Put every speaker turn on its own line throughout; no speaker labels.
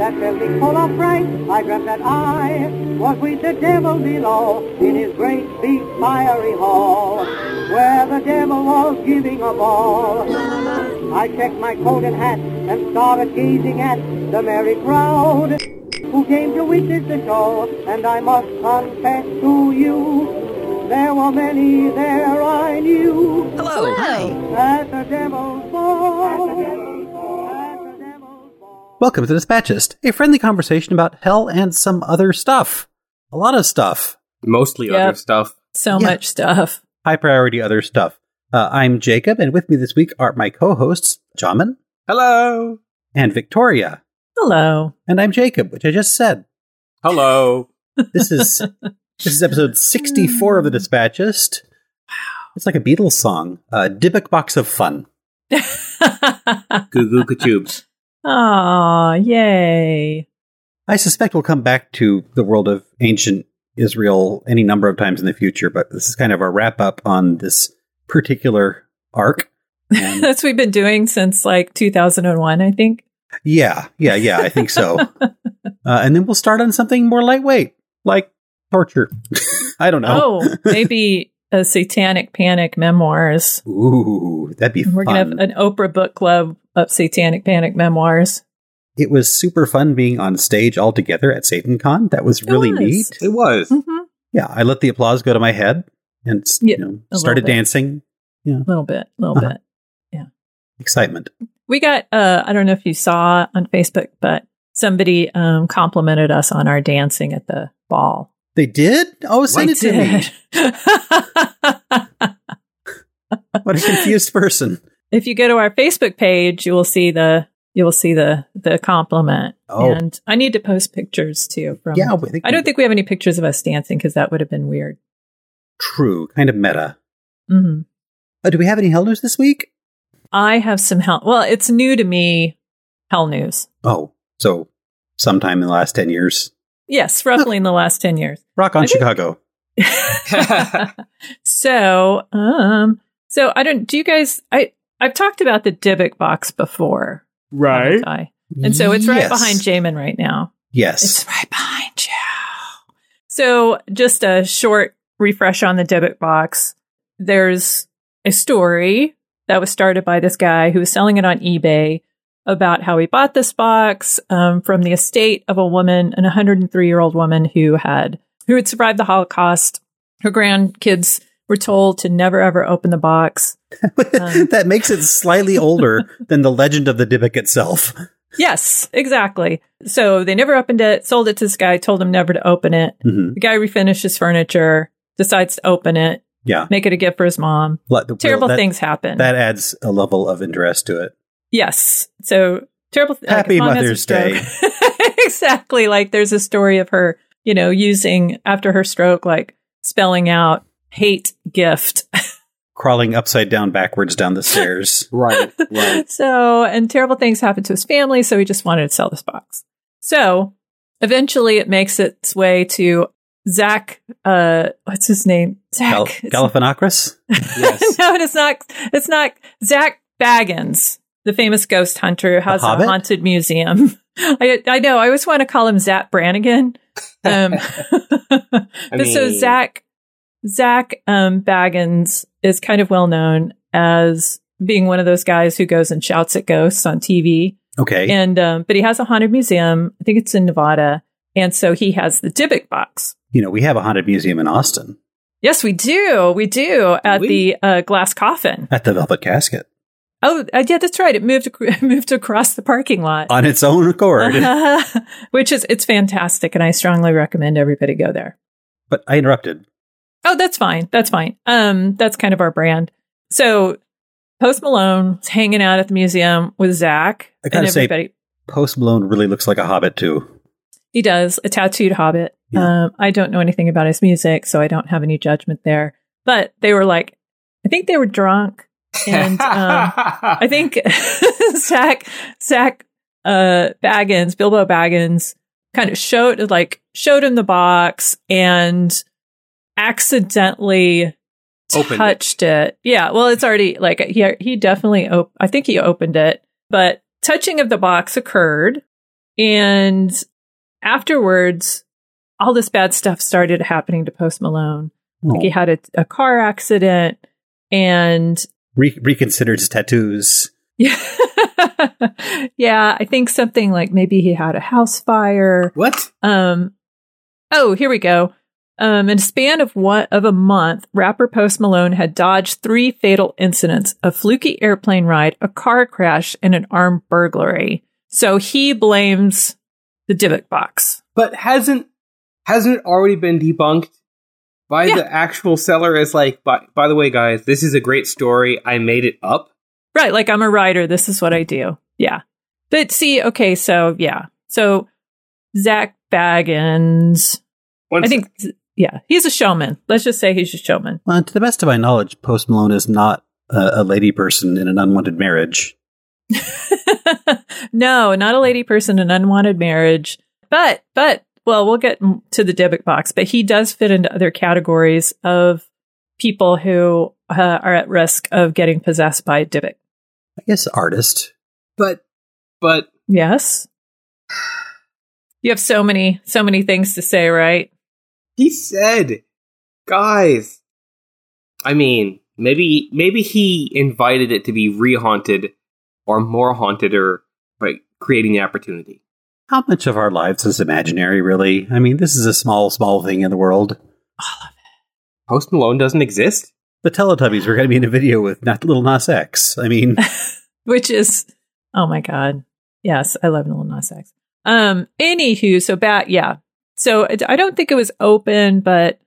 Atlantic full of freight, I dreamt that I was with the devil below in his great big fiery hall, where the devil was giving a ball. I checked my coat and hat and started gazing at the merry crowd who came to witness the show, and I must confess to you, there were many there I knew.
Hello.
At the devil's ball. At the devil's ball.
Welcome to Dispatchist, a friendly conversation about hell and some other stuff. A lot of stuff.
Mostly
Yep.
other stuff.
So
Yeah.
much stuff.
High priority other stuff. Uh, I'm Jacob, and with me this week are my co hosts, Jamin
Hello.
and Victoria.
Hello.
And I'm Jacob, which I just said.
Hello.
This is this is episode 64 of the Dispatchist. It's like a Beatles song. Uh, Dybbuk Box of Fun.
Goo goo katubes.
Aw, yay.
I suspect we'll come back to the world of ancient Israel any number of times in the future, but this is kind of a wrap up on this particular arc. And
That's what we've been doing since like 2001, I think.
yeah, yeah, yeah, I think so. Uh, and then we'll start on something more lightweight, like torture. I don't know.
Oh, maybe a Satanic Panic memoirs.
Ooh, that'd be
Oh. We're going
fun.
to have an Oprah book club of Satanic Panic memoirs.
it was super fun being on stage all together at Satan Con. That was
It
really
was.
neat.
It was.
hmm
Yeah, I let the applause go to my head and s-
Yeah,
you know,
a
started
little bit.
dancing.
A little bit, a little
Uh-huh.
bit.
Excitement.
We got, uh, I don't know if you saw on Facebook, but somebody um, complimented us on our dancing at the ball.
They did? Oh, send
They
it to me.
did.
What a confused person.
if you go to our Facebook page, you will see the you will see the the compliment.
Oh.
And I need to post pictures too from
Yeah, I, think
I don't think we have any pictures of us dancing because that would have been weird.
true. Kind of meta.
hmm
Uh, do we have any hell news this week?
I have some hell. Well, it's new to me. Hell news.
Oh, so sometime in the last ten years.
Yes, roughly in the last ten years.
Rock on
I think-
Chicago.
so, um, so I don't. Do you guys? I I've talked about the Dybbuk box before, haven't I? And so it's right
Yes.
behind Jamin right now.
Yes.
It's right behind you. So, just a short refresh on the debit box. There's a story that was started by this guy who was selling it on eBay about how he bought this box um, from the estate of a woman, an 103 year old woman who had who had survived the Holocaust. Her grandkids were told to never ever open the box. Um.
that makes it slightly older than the legend of the Dybbuk itself.
Yes, exactly. So they never opened it, sold it to this guy, told him never to open it.
hmm
The guy refinishes furniture, decides to open it,
Yeah.
make it a gift for his mom.
Well, the-
Terrible
well, that-
things happen.
That adds a level of interest to it.
yes. So terrible. like,
Happy
his mom has a
Mother's
stroke. exactly. Like there's a story of her, you know, using after her stroke, like spelling out hate gift.
Crawling upside down backwards down the stairs.
right. Right.
so, and terrible things happened to his family. So he just wanted to sell this box. So eventually it makes its way to Zach. Uh, what's his name? Zach.
Gal-
It's-
Galifianakis?
Yes.
no, it's not. It's not Zach Baggins, the famous ghost hunter who has a
Hobbit?
haunted museum. I, I know. I always want to call him Zach Brannigan. Um, but so
mean-
Zach Zach um, Baggins is kind of well known as being one of those guys who goes and shouts at ghosts on TV.
Okay.
And um, but he has a haunted museum. I think it's in Nevada, and so he has the Dybbuk box.
you know, we have a haunted museum in Austin
Yes, we do. We do at
We-
the uh, glass coffin.
at the Velvet Casket
Oh, uh, yeah, that's right. It moved ac- it moved across the parking lot,
on its own accord.
Uh-huh. which is it's fantastic, and I strongly recommend everybody go there.
but I interrupted.
Oh, that's fine. That's fine. Um, that's kind of our brand. So, Post Malone's hanging out at the museum with Zach
I
and
gotta say-
everybody.
Post Malone really looks like a hobbit too.
he does a tattooed hobbit. Um, I don't know anything about his music, so I don't have any judgment there. But they were like, I think they were drunk, and um, I think Zach Zach uh, Baggins, Bilbo Baggins, kind of showed like showed him the box and accidentally
Opened it.
touched it. Yeah, well, it's already like he he definitely op- I think he opened it, but touching of the box occurred, and afterwards, all this bad stuff started happening to Post Malone. Like he had a, a car accident and
Re- reconsidered his tattoos.
yeah, yeah, I think something like maybe he had a house fire.
What?
Um, oh, here we go. Um, in a span of one of a month, rapper Post Malone had dodged three fatal incidents: a fluky airplane ride, a car crash, and an armed burglary. So he blames the Divock box.
But hasn't hasn't it already been debunked by
Yeah.
the actual seller as like by, by the way guys, this is a great story. I made it up.
Right, like I'm a writer. This is what I do. Yeah, but see, okay, so yeah, so Zach Baggins.
One
I think, yeah, he's a showman. Let's just say he's a showman.
Well, to the best of my knowledge, Post Malone is not a, a lady person in an unwanted marriage.
no, not a lady person, an unwanted marriage. But, but, well, we'll get m- to the Dybbuk box, but he does fit into other categories of people who uh, are at risk of getting possessed by Dybbuk.
I guess artist.
but but
Yes. You have so many, so many things to say, right?
he said guys I mean, maybe maybe he invited it to be rehaunted or more haunted or by creating the opportunity.
How much of our lives is imaginary, really? I mean, this is a small, small thing in the world.
Post Malone doesn't exist?
The Teletubbies were going to be in a video with not Little Nas X. I mean,
Which is, oh my God. Yes, I love Lil Nas X. Um, anywho, so bat, yeah. So it- I don't think it was open, but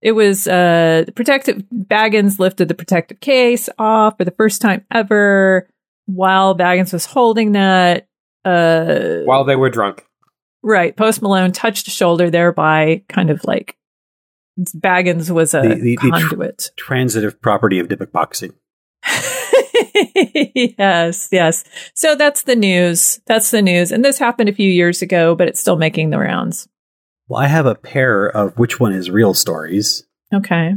it was, uh, the protective, Baggins lifted the protective case off for the first time ever while Baggins was holding that. Uh,
While they were drunk.
right. Post Malone touched a shoulder, thereby kind of like Baggins was a
The- the- the tr-
conduit.
transitive property of Dybbuk boxing.
yes, yes. So that's the news. That's the news. And this happened a few years ago, but it's still making the rounds.
Well, I have a pair of which one is real stories.
Okay.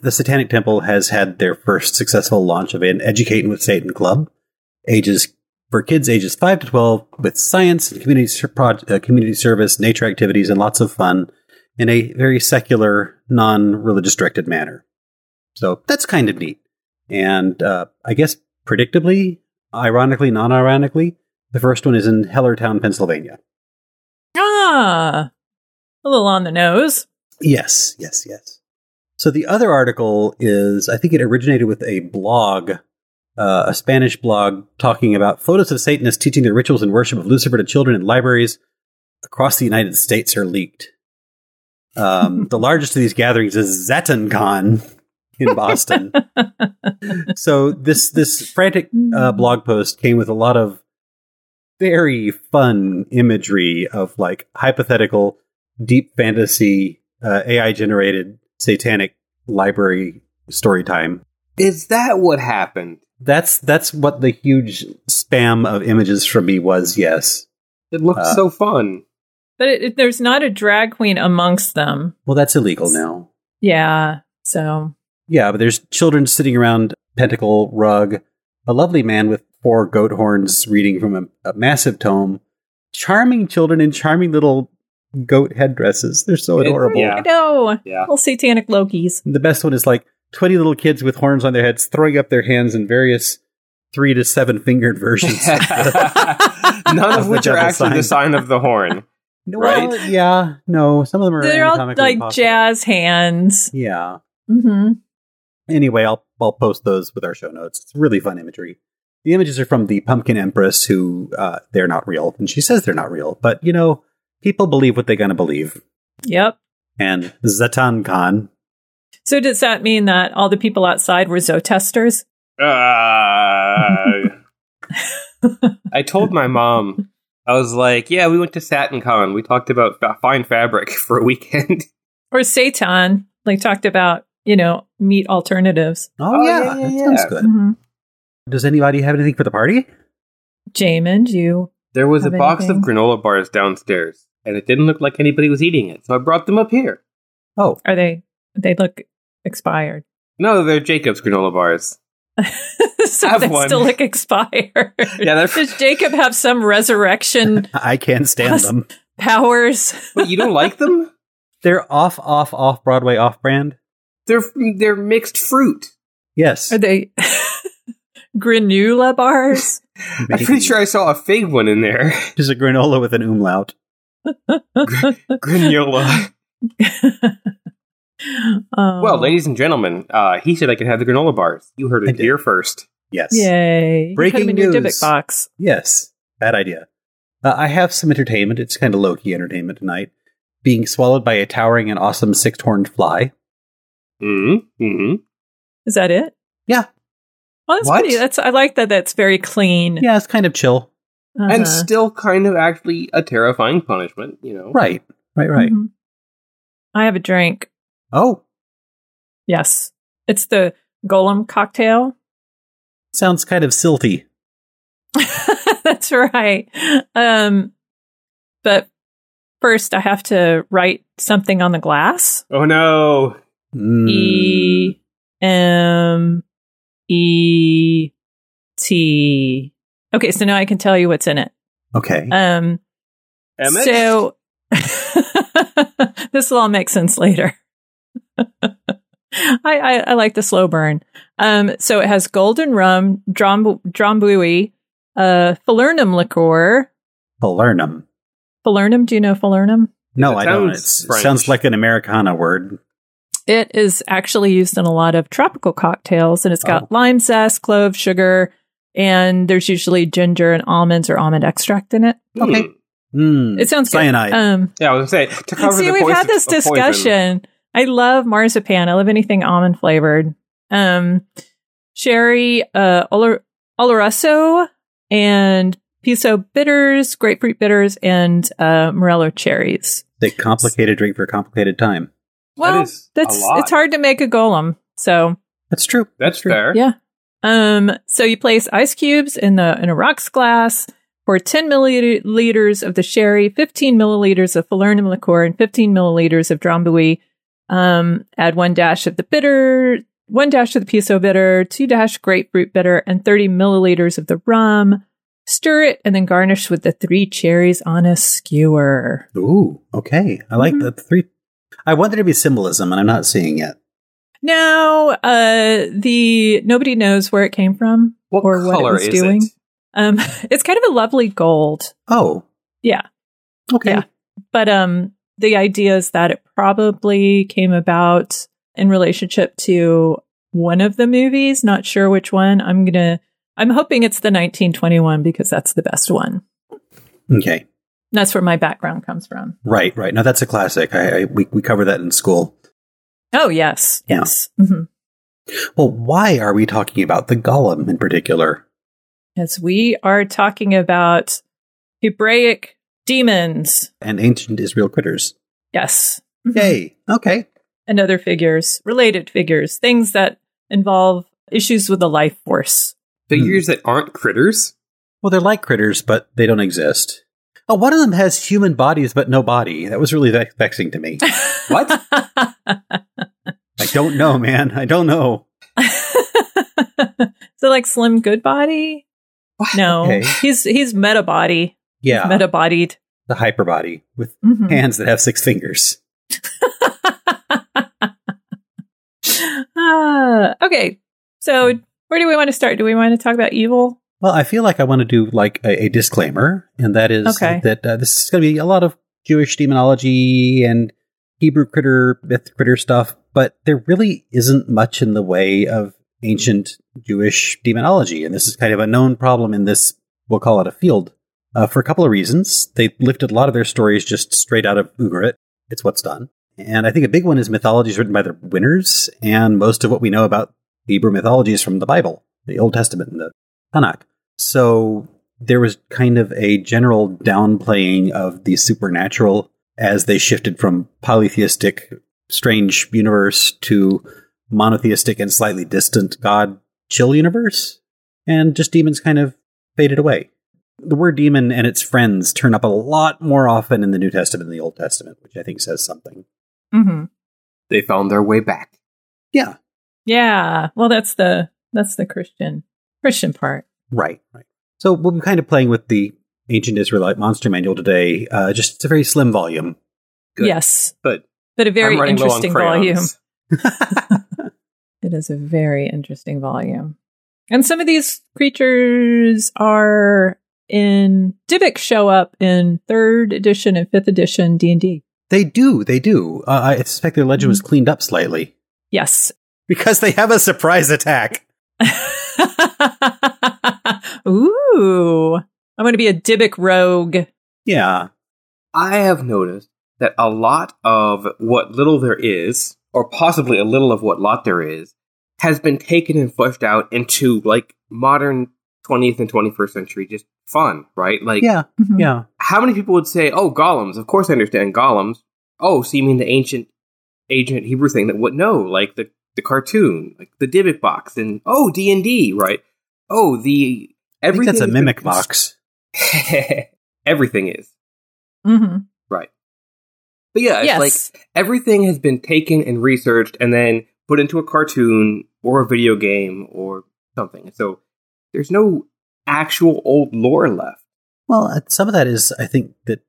The Satanic Temple has had their first successful launch of an Educating with Satan club, ages for kids ages five to twelve, with science and community ser- proj- uh, community service, nature activities, and lots of fun in a very secular, non-religious directed manner. So that's kind of neat, and uh, I guess predictably, ironically, non-ironically, the first one is in Hellertown, Pennsylvania.
Ah, a little on the nose.
Yes, yes, yes. So the other article is, I think it originated with a blog, uh, a Spanish blog talking about photos of Satanists teaching their rituals and worship of Lucifer to children in libraries across the United States are leaked. Um, the largest of these gatherings is ZatanCon in Boston. so this this frantic uh, blog post came with a lot of very fun imagery of like hypothetical deep fantasy uh, AI generated satanic library story time.
Is that what happened?
That's that's what the huge spam of images from me was. Yes.
It looked
Uh,
so fun.
But it, it- there's not a drag queen amongst them.
Well, that's illegal now.
Yeah. So,
Yeah, but there's children sitting around pentacle rug, a lovely man with four goat horns reading from a, a massive tome, charming children in charming little goat headdresses. They're so
It-
adorable.
yeah.
no,
Yeah.
little satanic Lokis.
The best one is like 20 little kids with horns on their heads throwing up their hands in various three to seven fingered versions.
None
Of
of
the
which are
devil
actually the
sign.
sign of the horn.
No,
Right?
well, yeah, no, some of them are
They're all
anatomically
like
impossible.
jazz hands.
Yeah.
hmm
Anyway, I'll I'll post those with our show notes. It's really fun imagery. The images are from the Pumpkin Empress, who uh, they're not real, and she says they're not real, but you know, people believe what they're gonna believe.
Yep.
And Zatan Khan,
So does that mean that all the people outside were zootesters?
Uh, I told my mom, I was like, yeah, we went to Satin Con. We talked about fa- fine fabric for a weekend.
or Satan, like talked about, you know, meat alternatives.
oh,
Oh,
yeah,
yeah, yeah,
that sounds
yeah.
good.
Mm-hmm.
Does anybody have anything for the party?
Jamin, you.
There was
Have
a box of
anything?
granola bars downstairs, and it didn't look like anybody was eating it, so I brought them up here.
Oh,
Are they? They look expired.
No, they're Jacob's granola bars.
so
Have
they
one.
still look expired.
Yeah, they're
Does Jacob have some resurrection
I can't stand
Plus-
them.
powers.
But you don't like them?
They're off, off, off Broadway, off brand.
They're they're mixed fruit.
Yes.
Are they granola bars?
I'm pretty sure I saw a fig one in there.
Just a granola with an umlaut.
Granola.
Um,
Well, ladies and gentlemen, uh, he said I could have the granola bars. You heard
I
it
did.
here first.
Yes.
Yay. You put 'em
Breaking
in your
news.
Dybbuk box.
Yes. Bad idea. Uh, I have some entertainment. It's kind of low key entertainment tonight. Being swallowed by a towering and awesome six horned fly.
Mm-hmm. Mm-hmm.
Is that it?
Yeah.
Well, that's
What?
pretty. That's I like that. That's very clean.
Yeah, it's kind of chill.
Uh-huh.
And still kind of actually a terrifying punishment, you know.
Right. Right, right.
Mhm. I have a drink.
Mm-hmm.
Oh,
Yes, it's the Golem cocktail.
sounds kind of silty.
That's right. Um, but first, I have to write something on the glass.
Oh no.
Mm.
E M E T. Okay, so now I can tell you what's in it.
Okay.
Um,
Emmett?
so this will all make sense later. I, I I like the slow burn. Um, so it has golden rum, drom- drambuie, uh, falernum liqueur.
Falernum.
Falernum, do you know falernum?
No,
That
I don't. It
sounds French.
sounds like an Americana word.
It is actually used in a lot of tropical cocktails, and it's got
Oh.
lime zest, clove, sugar, and there's usually ginger and almonds or almond extract in it.
Okay.
Hmm.
Mm.
It sounds
Cyanide.
good. Um,
Yeah, I was gonna say to cover
See,
the
we've
poison-
had this
of poison.
discussion. I love marzipan. I love anything almond flavored. Um, sherry, uh, olor- oloroso, and piso bitters, grapefruit bitters, and uh, morello cherries.
a complicated drink for a complicated time.
Well,
is a
that's
lot.
it's hard to make a golem. So
That's true.
That's fair.
yeah. Um, so you place ice cubes in the in a rocks glass. Pour 10 milliliters of the sherry, 15 milliliters of falernum liqueur, and 15 milliliters of Drambuie. Um, add one dash of the bitter, one dash of the piso bitter, two dash grapefruit bitter, and 30 milliliters of the rum. Stir it and then garnish with the three cherries on a skewer.
Ooh, okay. I like
Mhm.
the three. I want there to be symbolism, and I'm not seeing it.
Now, uh, the nobody knows where it came from
What
or what
color
it was
is
doing.
it?
Um, it's kind of a lovely gold,
Oh,
Yeah.
Okay.
Yeah. but um, the idea is that it probably came about in relationship to one of the movies. Not sure which one. I'm gonna. I'm hoping it's the 1921 because that's the best one.
Okay.
That's where my background comes from.
Right. Right. Now that's a classic. I, I we we cover that in school.
Oh yes,
Yeah.
yes. hmm
Well, why are we talking about the golem in particular?
As we are talking about Hebraic demons.
And ancient Israel critters.
Yes. Mhm.
Yay. Okay.
and other figures, related figures, things that involve issues with the life force.
Figures that aren't critters.
Well, they're like critters, but they don't exist. Oh, one of them has human bodies but no body. That was really vex- vexing to me.
What?
I don't know, man. I don't know.
so like Slim Goodbody? No.
Okay.
He's he's meta body.
Ah.
Yeah,
Meta bodied. Mm-hmm.
the hyperbody with hands that have six fingers.
Ah, okay. So
Hmm.
where do we want to start? Do we want to talk about evil?
Well, I feel like I want to do like a, a disclaimer, and that is
Okay.
that uh, this is going to be a lot of Jewish demonology and Hebrew critter, myth critter stuff, but there really isn't much in the way of ancient Jewish demonology, and this is kind of a known problem in this. We'll call it a field uh, for a couple of reasons. They lifted a lot of their stories just straight out of Ugarit. It's what's done, and I think a big one is mythologies written by the winners, and most of what we know about Hebrew mythology is from the Bible, the Old Testament, and the Tanakh. So there was kind of a general downplaying of the supernatural as they shifted from polytheistic, strange universe to monotheistic and slightly distant God chill universe. And just demons kind of faded away. The word demon and its friends turn up a lot more often in the New Testament than the Old Testament, which I think says something.
Mm-hmm.
They found their way back.
Yeah,
Yeah. Well that's the that's the Christian Christian part.
Right. Right. So we'll be kind of playing with the Ancient Israelite Monster Manual today. Uh, just it's a very slim volume.
Good.
Yes.
But
But a very
I'm running low on
interesting volume.
crayons.
It is a very interesting volume. And some of these creatures are in Dybbuk show up in third edition and fifth edition D&D.
They do, they do. Uh, I suspect their legend was cleaned up slightly
Yes.
because they have a surprise attack.
Ooh. I'm going to be a Dybbuk rogue.
Yeah,
I have noticed that a lot of what little there is, or possibly a little of what lot there is, has been taken and fleshed out into like modern 20th and 21st century just fun, right? Like,
yeah,
Mhm.
yeah.
how many people would say, "Oh, golems"? Of course, I understand golems. Oh, so you mean the ancient, ancient Hebrew thing that what? No, like the the cartoon, like the Dybbuk box, and oh, D and D, right? Oh, the
I think
everything
that's a
has been
mimic
cons-
box.
everything is
Mhm.
right, but yeah, it's
Yes.
like everything has been taken and researched and then put into a cartoon or a video game or something. So there's no actual old lore left.
Well, uh, some of that is, I think, that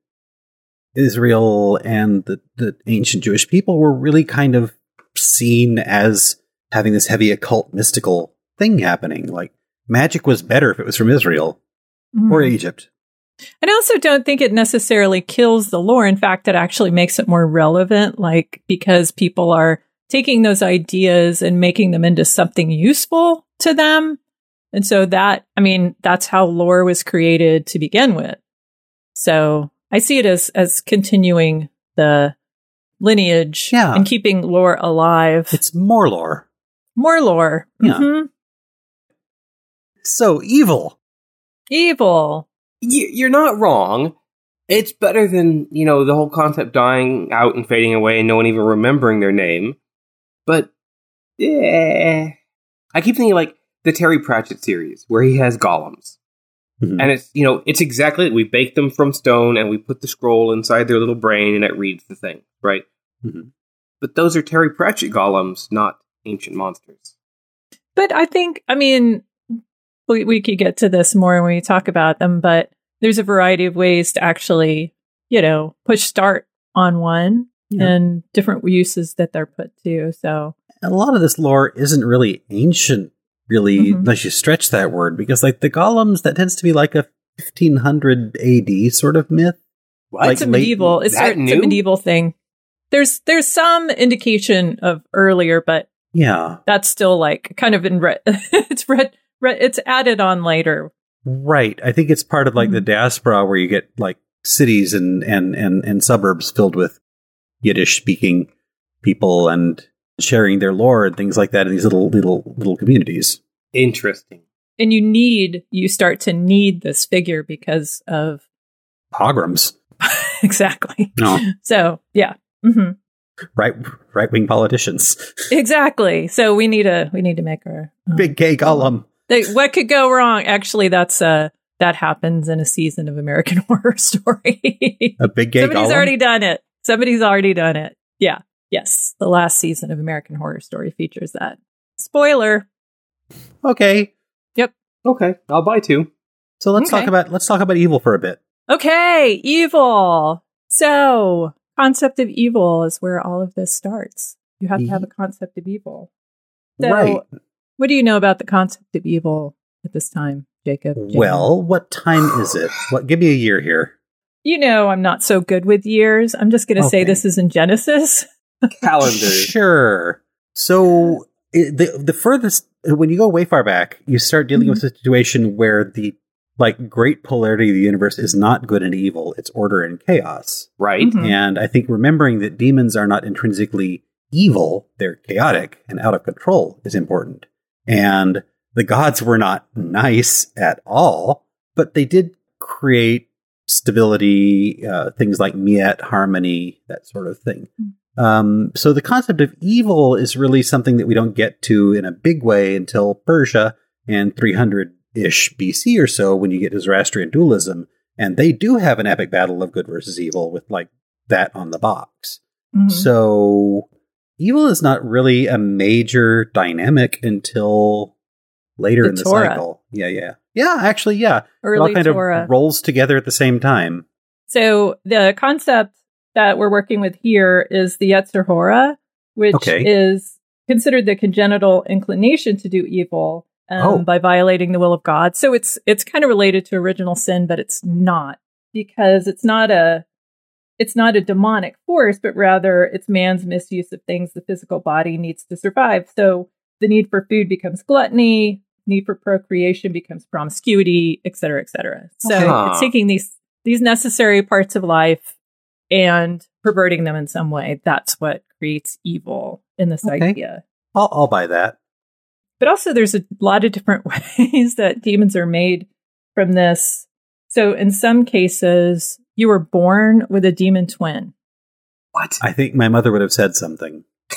Israel and the, the ancient Jewish people were really kind of seen as having this heavy occult mystical thing happening. Like, magic was better if it was from Israel
Mhm.
or Egypt.
And I also don't think it necessarily kills the lore. In fact, it actually makes it more relevant, like because people are taking those ideas and making them into something useful to them. And so that, I mean, that's how lore was created to begin with. So I see it as, as continuing the lineage
Yeah.
and keeping lore alive.
It's more lore.
more lore.
Yeah.
Mhm.
So evil.
Evil.
y- you're not wrong. It's better than you know the whole concept dying out and fading away and no one even remembering their name. But yeah, I keep thinking like the Terry Pratchett series where he has golems,
Mhm.
and it's you know it's exactly we bake them from stone and we put the scroll inside their little brain and it reads the thing, right?
Mhm.
But those are Terry Pratchett golems, not ancient monsters.
But I think, I mean, we, we could get to this more when we talk about them, but there's a variety of ways to actually, you know, push start on one
Yeah.
and different uses that they're put to. So,
a lot of this lore isn't really ancient, really,
Mhm.
unless you stretch that word, because, like, the golems, that tends to be like a 1500 AD sort of myth.
What?
it's a
late-
medieval, it's,
that
it's a
new?
medieval thing. There's there's some indication of earlier, but
Yeah.
that's still like kind of in re- it's re- re- it's added on later.
Right. I think it's part of like the
Mhm.
diaspora where you get like cities and and and and suburbs filled with Yiddish speaking people and sharing their lore and things like that in these little little little communities.
Interesting.
And you need you start to need this figure because of
Pogroms.
exactly.
No.
So yeah, hmm
Right right wing politicians.
exactly. So we need a we need to make our um,
Big gay golem.
like, what could go wrong? Actually, that's uh that happens in a season of American Horror Story.
A big gay
Somebody's
golem.
already done it. Somebody's already done it. Yeah. Yes. The last season of American Horror Story features that. Spoiler.
okay.
Okay, I'll buy two.
So let's
Okay.
talk about let's talk about evil for a bit.
Okay, evil. So, concept of evil is where all of this starts. You have to have a concept of evil. So,
right.
What do you know about the concept of evil at this time, Jacob? Jacob?
Well, what time is it? What give me a year here.
you know I'm not so good with years. I'm just going to say
Okay.
this is in Genesis.
Calendars.
Sure. So it, the the furthest when you go way far back, you start dealing
Mm-hmm.
with a situation where the like great polarity of the universe is not good and evil; it's order and chaos.
right?
Mhm.
And I think remembering that demons are not intrinsically evil; they're chaotic and out of control is important. And the gods were not nice at all, but they did create stability, uh, things like miet, harmony, that sort of thing. Um, so the concept of evil is really something that we don't get to in a big way until Persia and 300 ish BC or so when you get to Zoroastrian dualism. And they do have an epic battle of good versus evil with like that on the box.
Mhm.
So evil is not really a major dynamic until later
The
in the
Torah.
cycle. Yeah, yeah. Yeah, actually, yeah. it all
early
kind
Torah.
of rolls together at the same time.
So the concept that we're working with here is the Yetzer Hora, which
Okay.
is considered the congenital inclination to do evil um,
Oh.
by violating the will of God. So it's it's kind of related to original sin, but it's not because it's not a it's not a demonic force, but rather it's man's misuse of things the physical body needs to survive. So the need for food becomes gluttony, need for procreation becomes promiscuity, et cetera, et cetera. So
Okay.
it's taking these these necessary parts of life and perverting them in some way. That's what creates evil in this
Okay.
idea.
I'll, I'll buy that.
But also, there's a lot of different ways that demons are made from this. So, in some cases, you were born with a demon twin.
What?
I think my mother would have said something.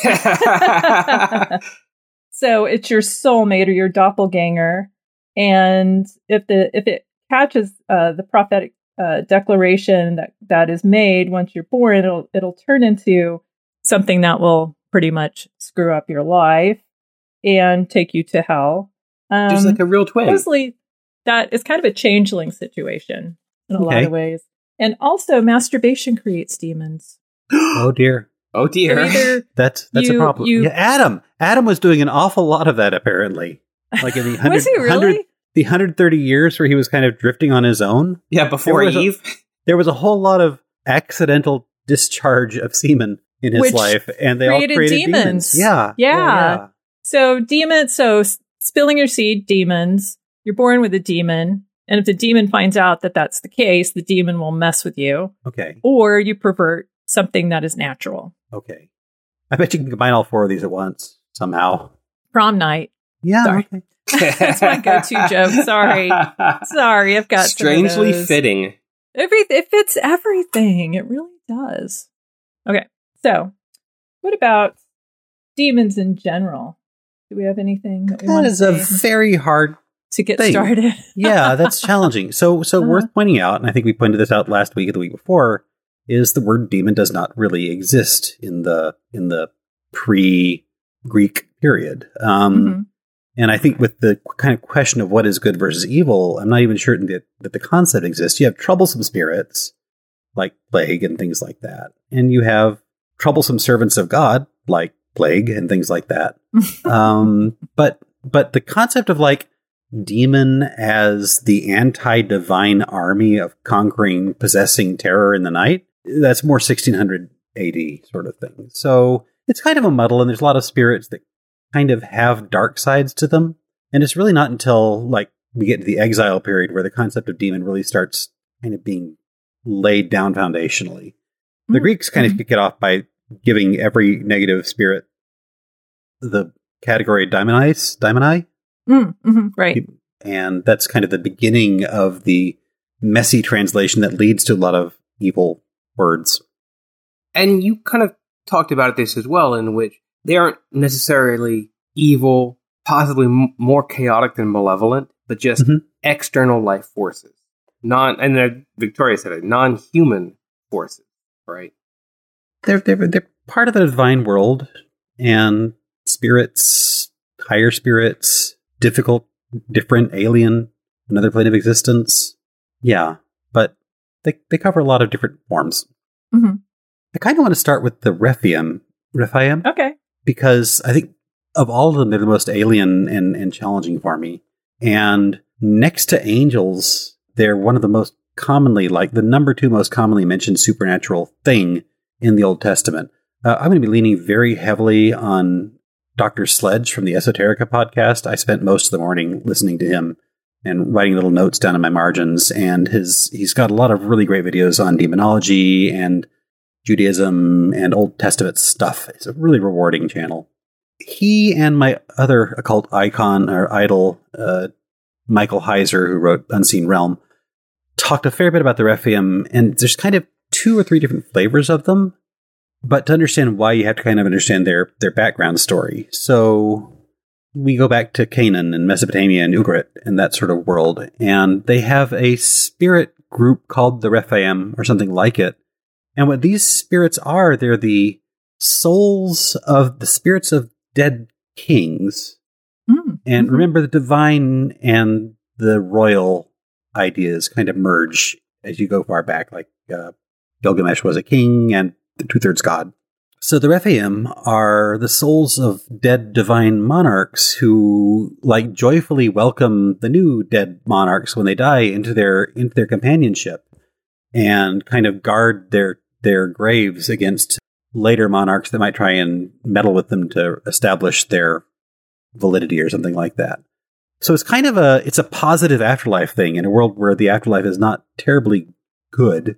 so it's your soulmate or your doppelganger, and if the if it catches uh, the prophetic uh, declaration that that is made once you're born, it'll it'll turn into something that will pretty much screw up your life and take you to hell. Um,
Just like a real twin.
Mostly, that is kind of a changeling situation in a lot
Okay.
of ways. And also, masturbation creates demons.
Oh dear,
oh
So
dear.
either
that's that's
You-
a problem.
you-
yeah, Adam, Adam was doing an awful lot of that apparently. Like in the hundred,
was he
hundred-
really?
the hundred thirty years where he was kind of drifting on his own.
Yeah, before
There was a-
Eve.
There was a whole lot of accidental discharge of semen in his
Which
life, and they
created
all created
demons.
demons. Yeah,
Yeah. So demons, so s- spilling your seed, demons. You're born with a demon, and if the demon finds out that that's the case, the demon will mess with you,
Okay,
or you pervert something that is natural.
okay. I bet you can combine all four of these at once somehow.
Prom night.
Yeah.
Sorry.
okay.
That's my go-to joke, sorry. Sorry, I've got some of
Strangely
those.
fitting.
Every it fits everything. It really does. Okay, so what about demons in general? Do we have anything that we
That
want
is a
to, say
very hard
to get
thing.
started?
yeah, that's challenging. So, so
Uh-huh.
worth pointing out, and I think we pointed this out last week or the week before, is the word demon does not really exist in the in the pre-Greek period. Um,
Mhm.
And I think with the qu- kind of question of what is good versus evil, I'm not even sure that that the concept exists. You have troublesome spirits like plague and things like that, and you have troublesome servants of God like plague and things like that. um, but but the concept of like demon as the anti-divine army of conquering, possessing terror in the night. That's more 1600 AD sort of thing. So it's kind of a muddle, and there's a lot of spirits that kind of have dark sides to them. And it's really not until like we get to the exile period where the concept of demon really starts kind of being laid down foundationally. The
Mm.
Greeks kind of kick it off by giving every negative spirit the category daimonis, daimoni,
Mm, mhm, right.
and that's kind of the beginning of the messy translation that leads to a lot of evil words.
And you kind of talked about this as well, in which they aren't necessarily evil, possibly m- more chaotic than malevolent, but just
Mhm.
external life forces. Non, and then Victoria said it, non-human forces, right?
They're they're they're part of the divine world and spirits, higher spirits, difficult, different, alien, another plane of existence. Yeah, but they they cover a lot of different forms.
Mhm.
I kind of want to start with the Rephium, Rephium,
Okay.
because I think of all of them, they're the most alien and, and challenging for me. And next to angels, they're one of the most commonly, like the number two most commonly mentioned supernatural thing in the Old Testament. Uh, I'm going to be leaning very heavily on Dr. Sledge from the Esoterica podcast. I spent most of the morning listening to him and writing little notes down in my margins. And his he's got a lot of really great videos on demonology and Judaism and Old Testament stuff. It's a really rewarding channel. He and my other occult icon or idol, uh, Michael Heiser, who wrote Unseen Realm, talked a fair bit about the Rephium, and there's kind of two or three different flavors of them. But to understand why, you have to kind of understand their their background story. So we go back to Canaan and Mesopotamia and Ugarit and that sort of world, and they have a spirit group called the Rephaim or something like it, and what these spirits are, they're the souls of the spirits of dead kings
Mm.
And
Mhm.
remember, the divine and the royal ideas kind of merge as you go far back. Like uh, Gilgamesh was a king and two thirds god. So the Rephaim are the souls of dead divine monarchs who, like, joyfully welcome the new dead monarchs when they die into their into their companionship, and kind of guard their their graves against later monarchs that might try and meddle with them to establish their validity or something like that. So it's kind of a it's a positive afterlife thing in a world where the afterlife is not terribly good.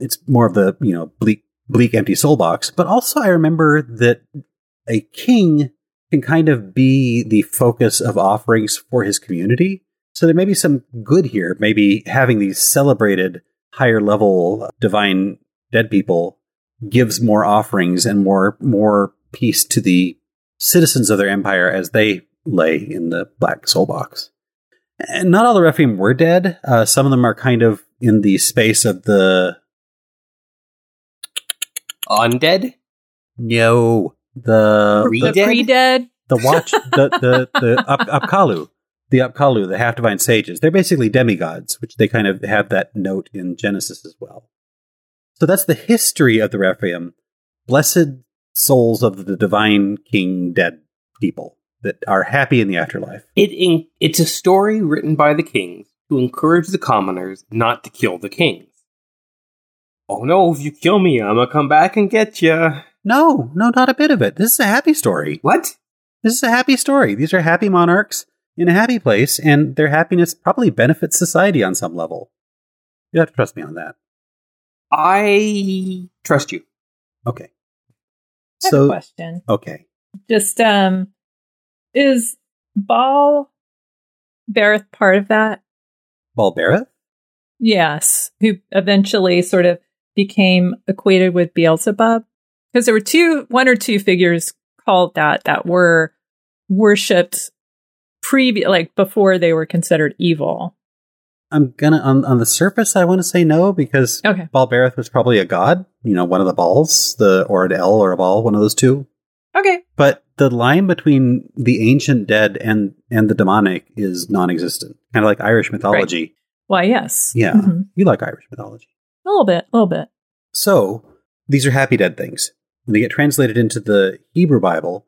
It's more of the, you know, bleak bleak empty soul box, but also I remember that a king can kind of be the focus of offerings for his community. So there may be some good here, maybe having these celebrated higher level divine dead people gives more offerings and more more peace to the citizens of their empire as they lay in the black soul box. And not all the Rephaim were dead. Uh, some of them are kind of in the space of the
Undead?
no the
Pre-
The
Dead?
pre-dead.
the watch the the the up, upkalu the upkalu the half divine sages. They're basically demigods, which they kind of have that note in Genesis as well. So that's the history of the Rephaim, blessed souls of the divine king dead people that are happy in the afterlife.
It in- it's a story written by the kings to encourage the commoners not to kill the kings. Oh no, if you kill me, I'm gonna come back and get ya.
No, no, not a bit of it. This is a happy story.
What?
This is a happy story. These are happy monarchs in a happy place, and their happiness probably benefits society on some level. You have to trust me on that.
I trust you.
Okay.
I have a
So,
question.
okay.
Just um, is Baal Bareth part of that?
Balbera?
Yes, who eventually sort of became equated with Beelzebub. Because there were two, one or two figures called that that were worshipped previ- like before they were considered evil.
I'm gonna, on, on the surface, I want to say no, because
Okay.
Balbereth was probably a god, you know, one of the balls, the, or an L or a ball, one of those two.
Okay.
But the line between the ancient dead and, and the demonic is non existent, kind of like Irish mythology.
Why, yes.
Yeah.
Mhm.
You like Irish mythology.
A little bit, a little bit.
So these are happy dead things. When they get translated into the Hebrew Bible,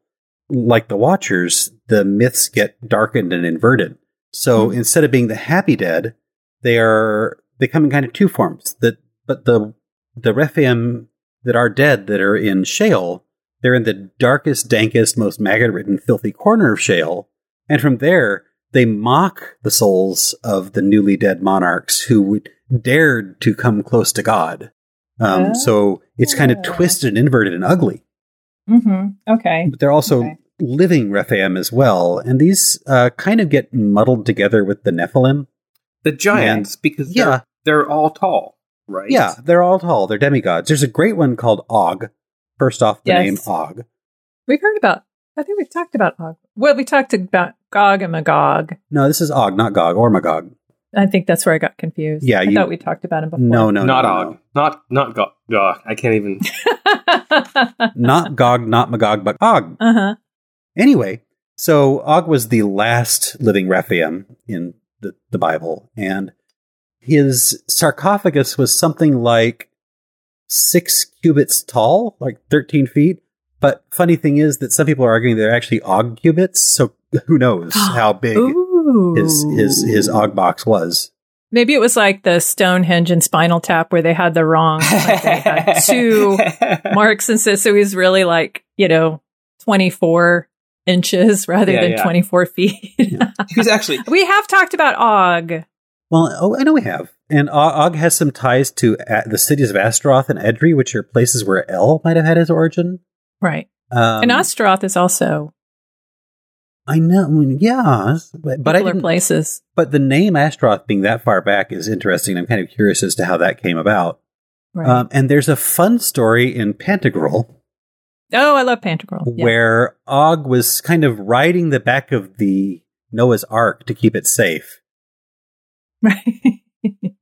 like the Watchers, the myths get darkened and inverted. So
Mhm.
instead of being the happy dead, they are they come in kind of two forms. That but the the Rephaim that are dead that are in Sheol, they're in the darkest, dankest, most maggot-ridden, filthy corner of Sheol, and from there they mock the souls of the newly dead monarchs who would dared to come close to God. Um,
Oh.
So it's kind of
Yeah.
twisted and inverted and ugly.
Mm-hmm. Okay.
But they're also
Okay.
living Rephaim as well. And these uh, kind of get muddled together with the Nephilim.
The giants, because
Yeah.
they're, they're all tall, right?
Yeah, they're all tall. They're demigods. There's a great one called Og. First off, the
Yes.
name Og.
We've heard about, I think we've talked about Og. Well, we talked about Gog and Magog.
No, this is Og, not Gog or Magog.
I think that's where I got confused.
Yeah,
I
you-
thought we talked about him before.
No, no,
not
no,
Og. Not not God. Ugh, I can't even.
uh
no. Not Gog, not Magog, but Og.
huh.
Anyway, so Og was the last living Rephaim in the, the Bible, and his sarcophagus was something like six cubits tall, like 13 feet. But funny thing is that some people are arguing they're actually Og cubits, so who knows how big
Ooh.
his, his, his Og box was.
Maybe it was like the Stonehenge and Spinal Tap where they had the wrong like they had two marks and so, so he's really like, you know, 24 inches rather
Yeah,
than
yeah.
24 feet.
Who's actually?
we have talked about Og.
Well, oh, I know we have. And O- Og has some ties to uh, the cities of Astaroth and Edrei, which are places where El might have had his origin.
Right.
Um,
and Ostroth is also
I know. I mean, yeah, but, but I
popular
didn't,
places.
but the name Astroth being that far back is interesting. I'm kind of curious as to how that came about.
Right.
Um, and there's a fun story in Pantagruel
oh, I love Pantagruel. Yeah.
where Og was kind of riding the back of the Noah's Ark to keep it safe,
Right.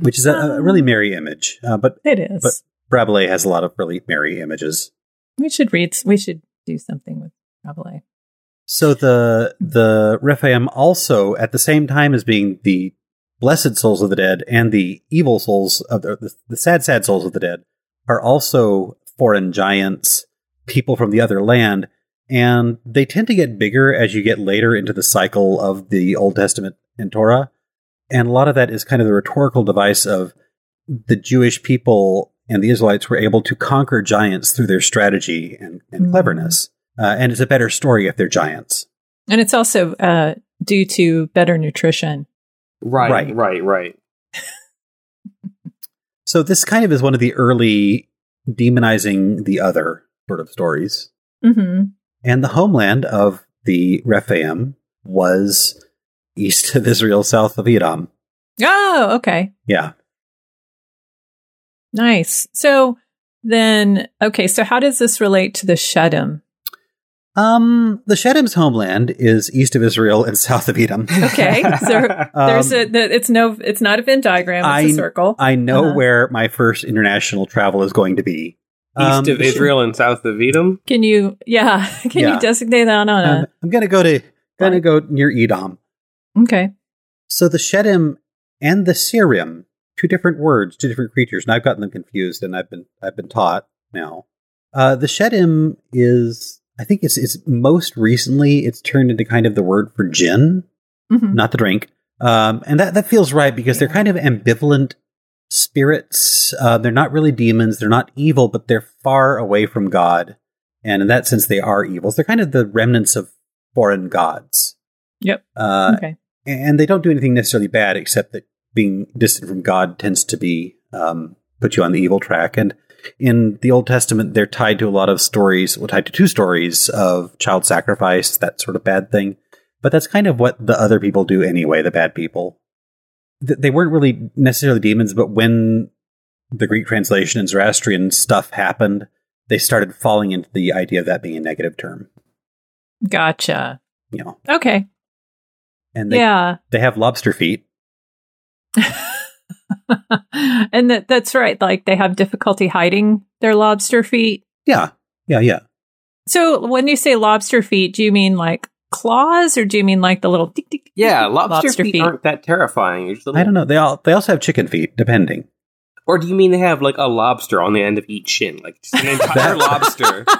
which is a,
Oh.
a really merry image. Uh, but
it is.
But- Rabelais has a lot of really merry images.
we should read. We should do something with Rabelais.
So the the Rephaim also, at the same time as being the blessed souls of the dead and the evil souls of the, the, the sad, sad souls of the dead, are also foreign giants, people from the other land, and they tend to get bigger as you get later into the cycle of the Old Testament and Torah. And a lot of that is kind of the rhetorical device of the Jewish people and the Israelites were able to conquer giants through their strategy and, and
Mm.
cleverness. Uh, and it's a better story if they're giants.
And it's also uh, due to better nutrition.
Right,
Right.
right, right, right.
So this kind of is one of the early demonizing the other sort of stories. Mm-hmm.
hmm
And the homeland of the Rephaim was east of Israel, south of Edom.
Oh, okay.
Yeah.
Nice. So then, okay, so how does this relate to the Shedem?
Um, the Shedem's homeland is east of Israel and south of Edom.
Okay, so
Um,
there's a, the, it's no, it's not a Venn diagram, it's a
I-
circle.
I know
Uh-huh.
where my first international travel is going to be. Um,
East of Israel and south of Edom.
Can you, yeah, can
Yeah.
you designate that on
um,
a,
I'm going to go to going to
Fine.
go near Edom. Uh,
okay.
So the Shedim and the Serim, two different words, two different creatures, and I've gotten them confused, and I've been I've been taught now. Uh, the Shedim is, I think, it's it's most recently it's turned into kind of the word for gin,
hmm
not the drink, um, and that that feels right because they're
Yeah.
kind of ambivalent spirits. Uh, they're not really demons, they're not evil, but they're far away from God, and in that sense, they are evils. They're kind of the remnants of foreign gods.
Yep.
Uh,
okay.
and they don't do anything necessarily bad except that being distant from god tends to be um, put you on the evil track and in the old testament they're tied to a lot of stories well tied to two stories of child sacrifice that sort of bad thing but that's kind of what the other people do anyway the bad people Th- they weren't really necessarily demons but when the greek translation and zoroastrian stuff happened they started falling into the idea of that being a negative term
Gotcha.
you know
Okay.
and they,
yeah.
they have lobster feet
and that, that's right. Like they have difficulty hiding their lobster feet.
yeah yeah yeah
So when you say lobster feet, do you mean like claws or do you mean like the little tick, tick, tick,
Yeah,
tick
lobster, feet, aren't that terrifying. You're just a
I
little-
don't know. They all they also have chicken feet, depending.
Or do you mean they have like a lobster on the end of each shin, like just an entire
That-
lobster?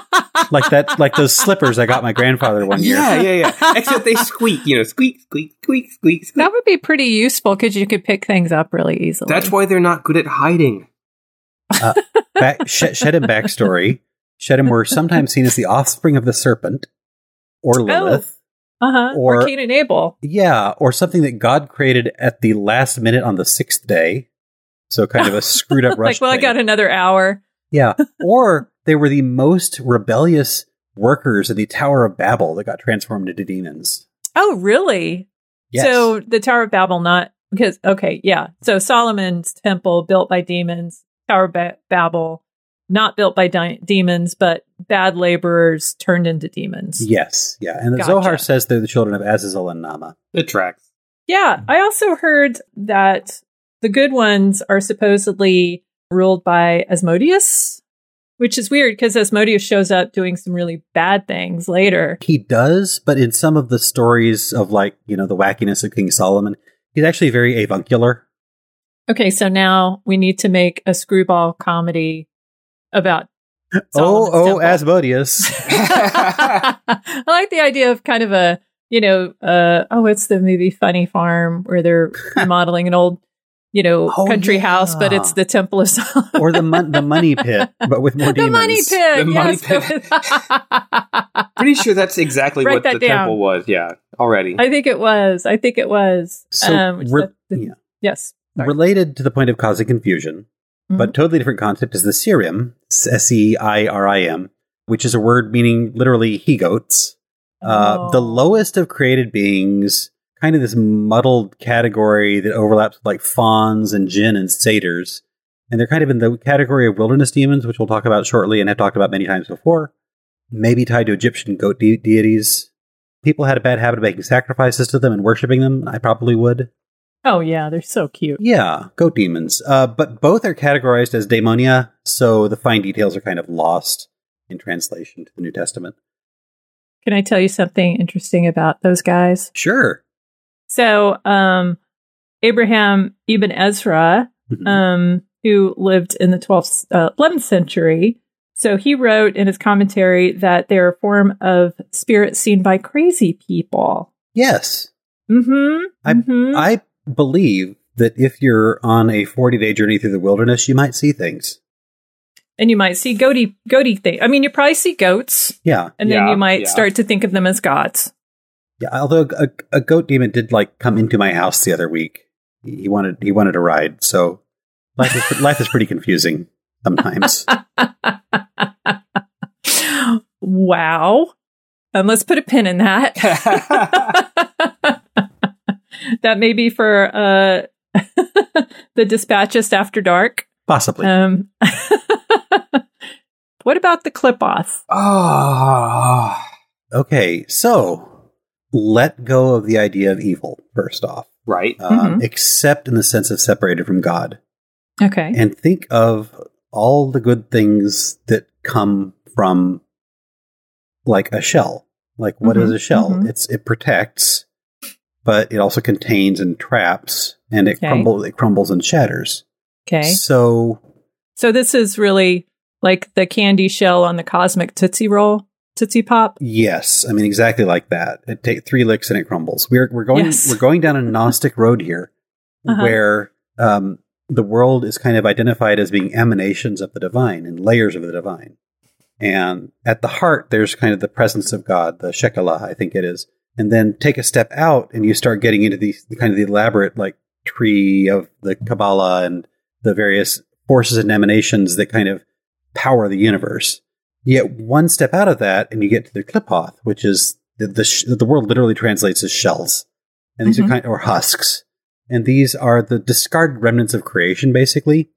Like that, like those slippers I got my grandfather one year.
yeah, yeah, yeah. Except they squeak, you know, squeak, squeak, squeak, squeak, squeak.
That would be pretty useful because you could pick things up really easily.
That's why they're not good at hiding.
Back, Sh- Shedim backstory: Shedim were sometimes seen as the offspring of the serpent, or
Oh.
Lilith,
Uh-huh. Or,
Or-
Cain and Abel.
yeah, or something that God created at the last minute on the sixth day. So kind of a screwed up rush.
Like, well, I
thing.
got another hour.
Yeah, or they were the most rebellious workers in the Tower of Babel that got transformed into demons.
Oh, really?
Yes.
So the Tower of Babel, not because, okay, yeah. So Solomon's temple built by demons, Tower of ba- Babel, not built by di- demons, but bad laborers turned into demons.
yes, yeah, and the
Gotcha.
Zohar says they're the children of Azazel and Nama.
It tracks.
Yeah, I also heard that the good ones are supposedly ruled by Asmodeus, which is weird because Asmodeus shows up doing some really bad things later.
He does, but in some of the stories of like, you know, the wackiness of King Solomon, he's actually very avuncular.
Okay, so now we need to make a screwball comedy about.
oh,
Solomon's
oh,
temple.
Asmodeus.
I like the idea of kind of a, you know, uh, oh, it's the movie Funny Farm where they're remodeling an old, you know,
Oh,
country house, but
yeah.
it's the Temple of Solomon.
or the mon- the money pit, but with more demons.
The money pit.
The money
yes.
Pretty sure that's exactly
Write
what
that
the
down.
temple was. Yeah, already.
I think it was. I think it was. um,
So
which
re-
that- that-
yeah.
Yes. Sorry. Mm-hmm.
related to the point of causing confusion, but totally different concept is the Serim, S E I R I M, which is a word meaning literally he goats. Uh, the
Oh.
lowest of created beings, kind of this muddled category that overlaps with like fauns and jinn and satyrs. And they're kind of in the category of wilderness demons, which we'll talk about shortly and have talked about many times before. Maybe tied to Egyptian goat de- deities. People had a bad habit of making sacrifices to them and worshiping them. I probably would.
Oh yeah, they're so cute.
Yeah, goat demons. Uh, but both are categorized as daemonia, so the fine details are kind of lost in translation to the New Testament.
Can I tell you something interesting about those guys?
Sure.
So, um, Abraham ibn Ezra,
Mhm.
um, who lived in the 12th, uh, 11th century, so he wrote in his commentary that they're a form of spirit seen by crazy people.
yes.
Mm-hmm.
I-
hmm
I believe that if you're on a 40 day journey through the wilderness, you might see things.
and you might see goaty goaty thing. I mean, you probably see goats,
Yeah.
and then
Yeah,
you might
yeah.
start to think of them as gods.
Yeah. Although a, a goat demon did like come into my house the other week. He he wanted, he wanted a ride. So life is, life is pretty confusing sometimes.
wow. And let's put a pin in that. that may be for uh, the dispatchist after dark.
Possibly.
Um, what about the clip off?
Ah,
Okay, so let go of the idea of evil, first off,
right.
um,
Mhm.
except in the sense of separated from God,
Okay.
and think of all the good things that come from like a shell. Like, what is
Mhm,
a shell?
mhm.
It's It protects, but it also contains and traps, and it,
Okay.
crumble, it crumbles and shatters.
Okay.
So,
So this is really like the candy shell on the cosmic Tootsie Roll, Tootsie Pop.
Yes, I mean exactly like that. It take three licks and it crumbles. We're we're going
Yes.
we're going down a Gnostic road here,
Uh-huh.
where um, the world is kind of identified as being emanations of the divine and layers of the divine, and at the heart there's kind of the presence of God, the Shekelah, I think it is, and then take a step out and you start getting into these the kind of the elaborate like tree of the Kabbalah and the various forces and emanations that kind of power the universe. You get one step out of that, and you get to the Klipoth, which is the the, sh- the word literally translates as shells, and these
Mhm.
are kind or husks, and these are the discarded remnants of creation, basically,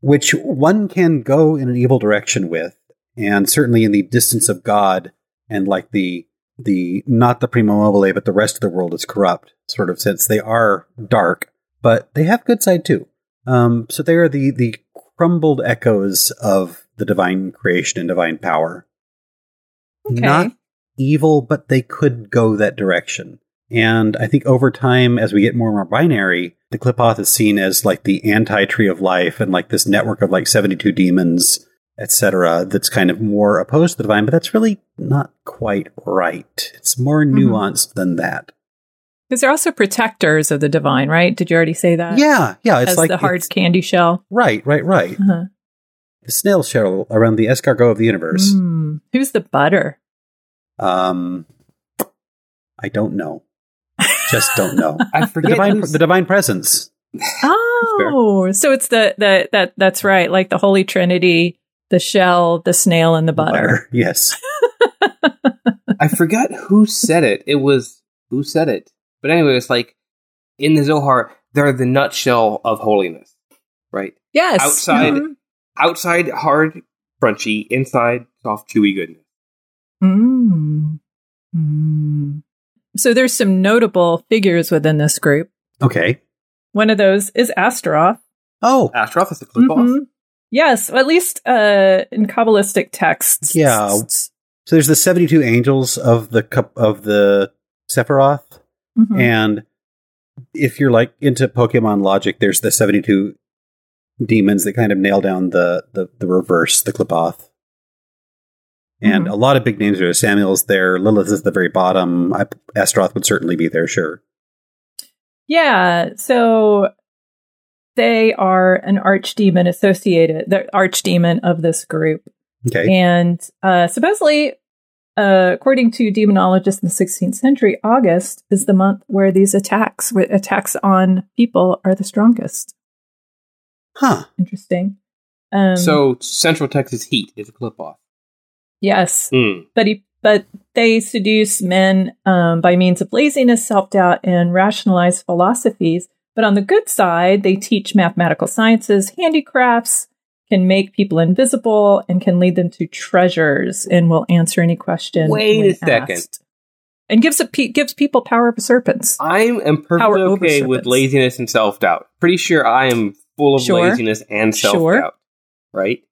which one can go in an evil direction with, and certainly in the distance of God and like the the not the primo mobile, but the rest of the world is corrupt sort of sense. They are dark, but they have good side too. Um, so they are the the crumbled echoes of the divine creation and divine power.
Okay.
Not evil, but they could go that direction. And I think over time, as we get more and more binary, the Clipoth is seen as like the anti tree of life and like this network of like 72 demons, etc., that's kind of more opposed to the divine, but that's really not quite right. It's more
Mm-hmm.
nuanced than that.
Because they're also protectors of the divine, right? Did you already say that?
yeah, yeah. It's
Uh, As
like
the hard
it's-
candy shell.
Right, right, right.
Uh-huh.
The snail shell around the escargot of the universe.
Mm. Who's the butter?
Um, I don't know. Just don't know.
I
the
forget.
divine,
who's-
the divine presence.
Oh, so it's the, the that that's right, like the Holy Trinity, the shell, the snail, and the butter.
Yes.
I forgot who said it. It was who said it. But anyway, it's like in the Zohar, they're the nutshell of holiness, right?
Yes,
Outside.
Mhm.
Outside hard, crunchy; inside soft, chewy goodness.
Mm. Mm. So there's some notable figures within this group.
Okay.
One of those is Astaroth.
Oh,
Astroth is a clip off.
Mhm. Yes, at least uh, in Kabbalistic texts.
Yeah. so there's the 72 angels of the cup of the Sephiroth,
Mhm.
and if you're like into Pokemon logic, there's the 72 demons that kind of nail down the the, the reverse, the Klipoth. And
Mhm.
a lot of big names are there. Samuel's there. Lilith is at the very bottom. I, Astaroth would certainly be there, sure.
Yeah, so they are an archdemon associated, the archdemon of this group.
Okay.
And uh, supposedly, uh, according to demonologists in the 16th century, August is the month where these attacks, where attacks on people, are the strongest.
huh.
Interesting. Um,
So Central Texas Heat is a clip off.
yes,
Mm.
but he, but they seduce men um, by means of laziness, self doubt, and rationalized philosophies. But on the good side, they teach mathematical sciences, handicrafts, can make people invisible, and can lead them to treasures, and will answer any question.
Wait a
when
second.
asked. And gives a pe- gives people power of serpents.
I'm am perfectly
over
okay with
serpents.
laziness and self doubt. Pretty sure I am full of
Sure.
laziness and
Sure.
self doubt. Right?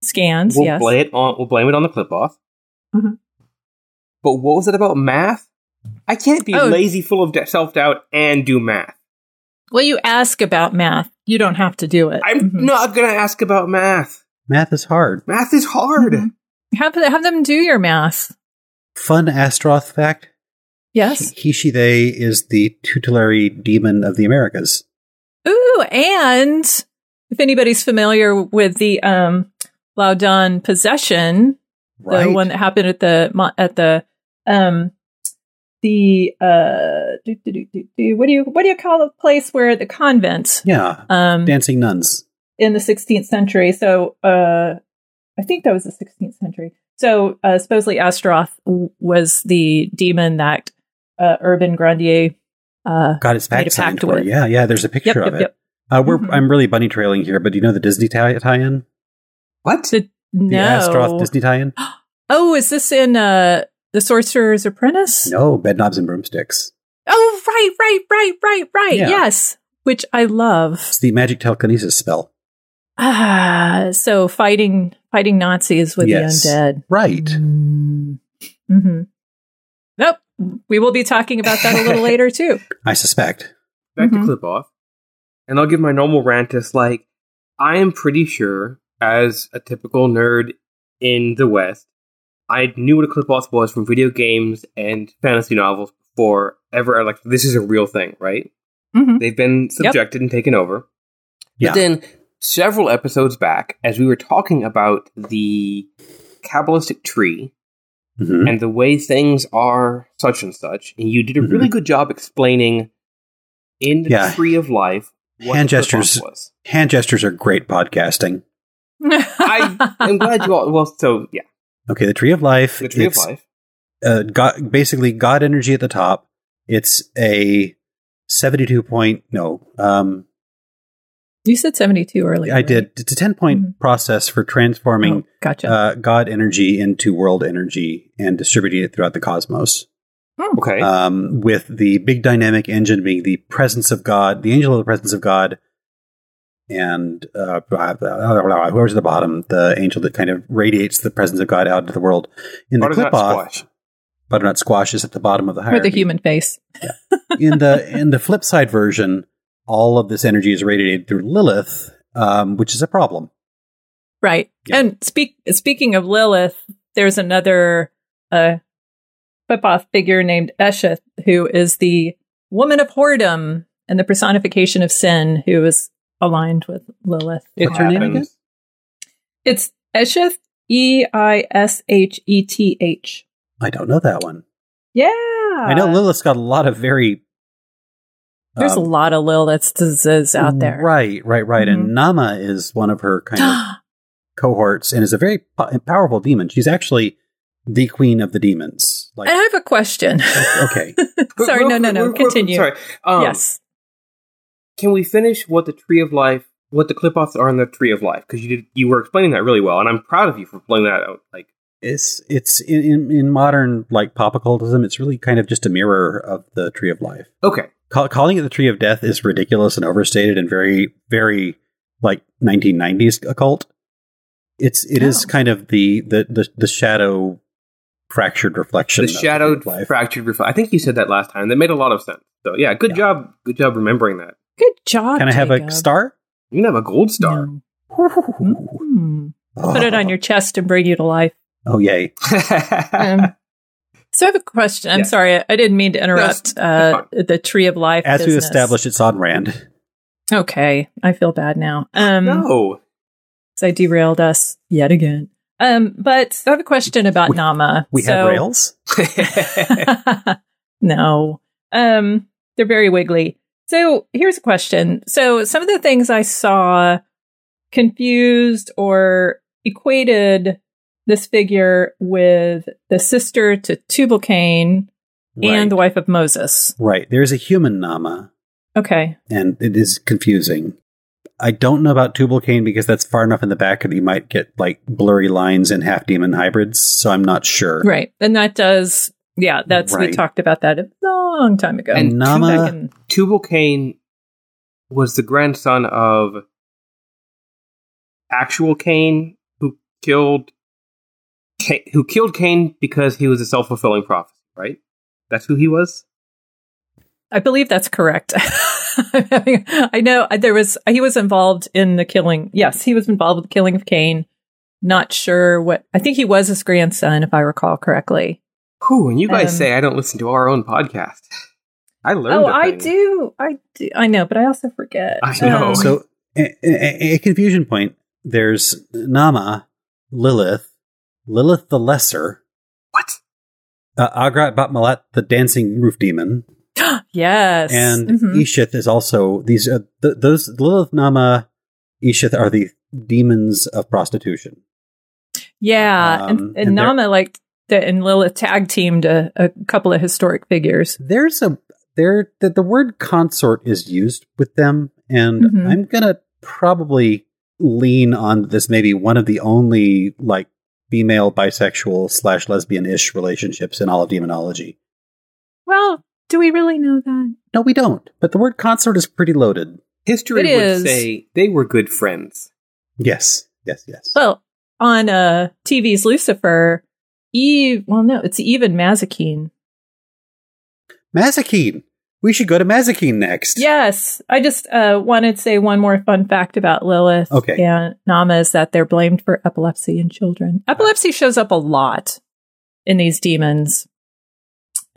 Scans,
We'll
yes. Mm-hmm.
blame it on we'll blame it on the clip off.
Mhm.
But what was it about math? I can't be
Oh.
lazy, full of self doubt, and do math.
Well, you ask about math. You don't have to do it.
I'm
Mhm.
not going to ask about math.
Math is hard.
Math is hard.
Mhm. have have them do your math.
Fun Astroth fact
Yes.
he, she, they is the tutelary demon of the Americas.
Ooh, and if anybody's familiar with the um Laudon possession,
Right.
the one that happened at the mo- at the um the uh do, do, do, do, do, what do you what do you call the place where the convent
yeah.
um
Dancing nuns.
in the 16th century. So uh, I think that was the 16th century. So uh, supposedly Astroth w- was the demon that uh, Urban Grandier. Uh,
Got his
Made a
fact signed
pact
for.
with.
Yeah, yeah. There's a picture
yep, yep,
of it.
yep.
Uh, we're
Mhm.
I'm really bunny trailing here, but do you know the Disney tie- tie-in?
What?
The-
The Astroth
No.
Disney tie-in?
Oh, is this in uh, the Sorcerer's Apprentice?
No, bedknobs and broomsticks.
Oh, right, right, right, right, right.
Yeah.
Yes, which I love.
It's the magic telekinesis spell.
Ah, so fighting fighting Nazis with
Yes.
the undead.
Right.
Mm-hmm. Nope. We will be talking about that a little later too.
I suspect.
back
Mhm.
to clip off and i'll give my normal rant as like i am pretty sure as a typical nerd in the west i knew what a clip off was from video games and fantasy novels before ever like this is a real thing right
Mhm.
they've been subjected and taken over
Yeah.
but then several episodes back as we were talking about the kabbalistic tree
Mhm.
and the way things are such and such. And you did a
Mhm.
really good job explaining in the
Yeah.
tree of life what
Hand
the purpose
gestures.
was.
Hand gestures are great podcasting.
I am glad you all. Well, so yeah,
Okay, the tree of life.
the tree
it's,
of life.
Uh, God, basically, God energy at the top. It's a seventy-two point. No, um,
You said 72 earlier.
I did. It's a ten-point
Mhm.
process for transforming
Oh, gotcha.
uh, God energy into world energy and distributing it throughout the cosmos.
Okay,
Um, with the big dynamic engine being the presence of God, the angel of the presence of God, and uh, blah, blah, blah, blah, whoever's at the bottom, the angel that kind of radiates the presence of God out into the world. In the
Butternut
clip off,
squash.
butternut squash is at the bottom of the
With
hierarchy.
a human face.
in the in the flip side version, all of this energy is radiated through Lilith, um, which is a problem.
Right.
Yeah.
And speak, speaking of Lilith, there's another uh, flip-off figure named Esheth, who is the woman of whoredom and the personification of sin, who is aligned with Lilith.
It
What's her name
happens.
again?
It's E Esheth, E-I-S-H-E-T-H.
I don't know that one.
E Yeah.
I know Lilith's got a lot of very.
Uh, There's
um,
a lot of Lilith's disease out there. Mm-hmm.
Right, right, right. And Nama is one of her kind of cohorts and is a very po- powerful demon. She's actually the queen of the demons. Like,
I have a question.
okay.
But
sorry,
real
no, no,
quick,
no.
real quick,
Continue.
Sorry. Um,
yes.
Can we finish what the tree of life, what the clip offs are in the tree of life? Because you did, you were explaining that really well, and I'm proud of you for pulling that out. Like,
It's it's in, in, in modern like pop occultism, it's really kind of just a mirror of the tree of life.
okay,
Call, calling it the tree of death is ridiculous and overstated and very very like 1990s occult. It's it is
Oh.
kind of the the the, the shadow fractured reflection.
the
of Tree
shadowed
of life.
fractured. Ref- I think you said that last time. That made a lot of sense. So yeah, good
Yeah.
job, good job remembering that.
Good job.
Can I have a
Jacob.
star?
You can have a gold star.
No. Mm. Put it on your chest and bring you to life.
Oh yay!
Um, so I have a question. I'm
Yeah.
sorry, I- I didn't mean to interrupt uh,
that's
the tree of life.
As we
business.
established, it's on Rand.
Okay, I feel bad now. Um,
no.
so I derailed us yet again. Um, but I have a question about
We-
Nama.
We have
So-
rails.
no. Um, they're very wiggly. So here's a question. So some of the things I saw confused or equated this figure with the sister to Tubal-Cain and the
right.
wife of Moses.
right. There is a human Nama,
Okay.
and it is confusing. I don't know about Tubal Cain because that's far enough in the back that you might get like blurry lines and half demon hybrids. So I'm not sure.
Right. And that does yeah, that's
Right.
we talked about that a long time ago.
And
Back
Nama,
in-
Tubal Cain was the grandson of actual Cain who killed Ca- who killed Cain because he was a self fulfilling prophecy, right? That's who he was.
I believe that's correct. I know there was he was involved in the killing. Yes, he was involved with the killing of Cain. Not sure what I think he was his grandson, if I recall correctly.
Whew, and you guys
Um,
say I don't listen to our own podcast. I learned.
Oh,
a
I
thing.
do, I do, I know, but I also forget.
I know.
Um,
So, a, a- a confusion point. There's Nama, Lilith, Lilith the Lesser,
What?
uh, Agrat Batmalat, the dancing roof demon,
yes,
and
Mhm.
Ishith is also these. Uh, th- those Lilith, Nama, Ishith are the demons of prostitution.
yeah, and,
um,
and,
and there-
Nama like the, and Lilith tag teamed a, a couple of historic figures.
There's a there the, the word consort is used with them, and
Mhm.
I'm gonna probably lean on this maybe one of the only like female bisexual slash lesbian ish relationships in all of demonology.
Well, do we really know that?
No, we don't. But the word consort is pretty loaded.
History
It
would
is.
say they were good friends.
Yes, yes, yes.
Well, on uh, TV's Lucifer, Eve. Well, no, it's Eve and Mazikeen.
Mazikeen. We should go to Mazikeen next.
Yes, I just uh, wanted to say one more fun fact about Lilith
Okay.
and Nama is that they're blamed for epilepsy in children. Epilepsy shows up a lot in these demons,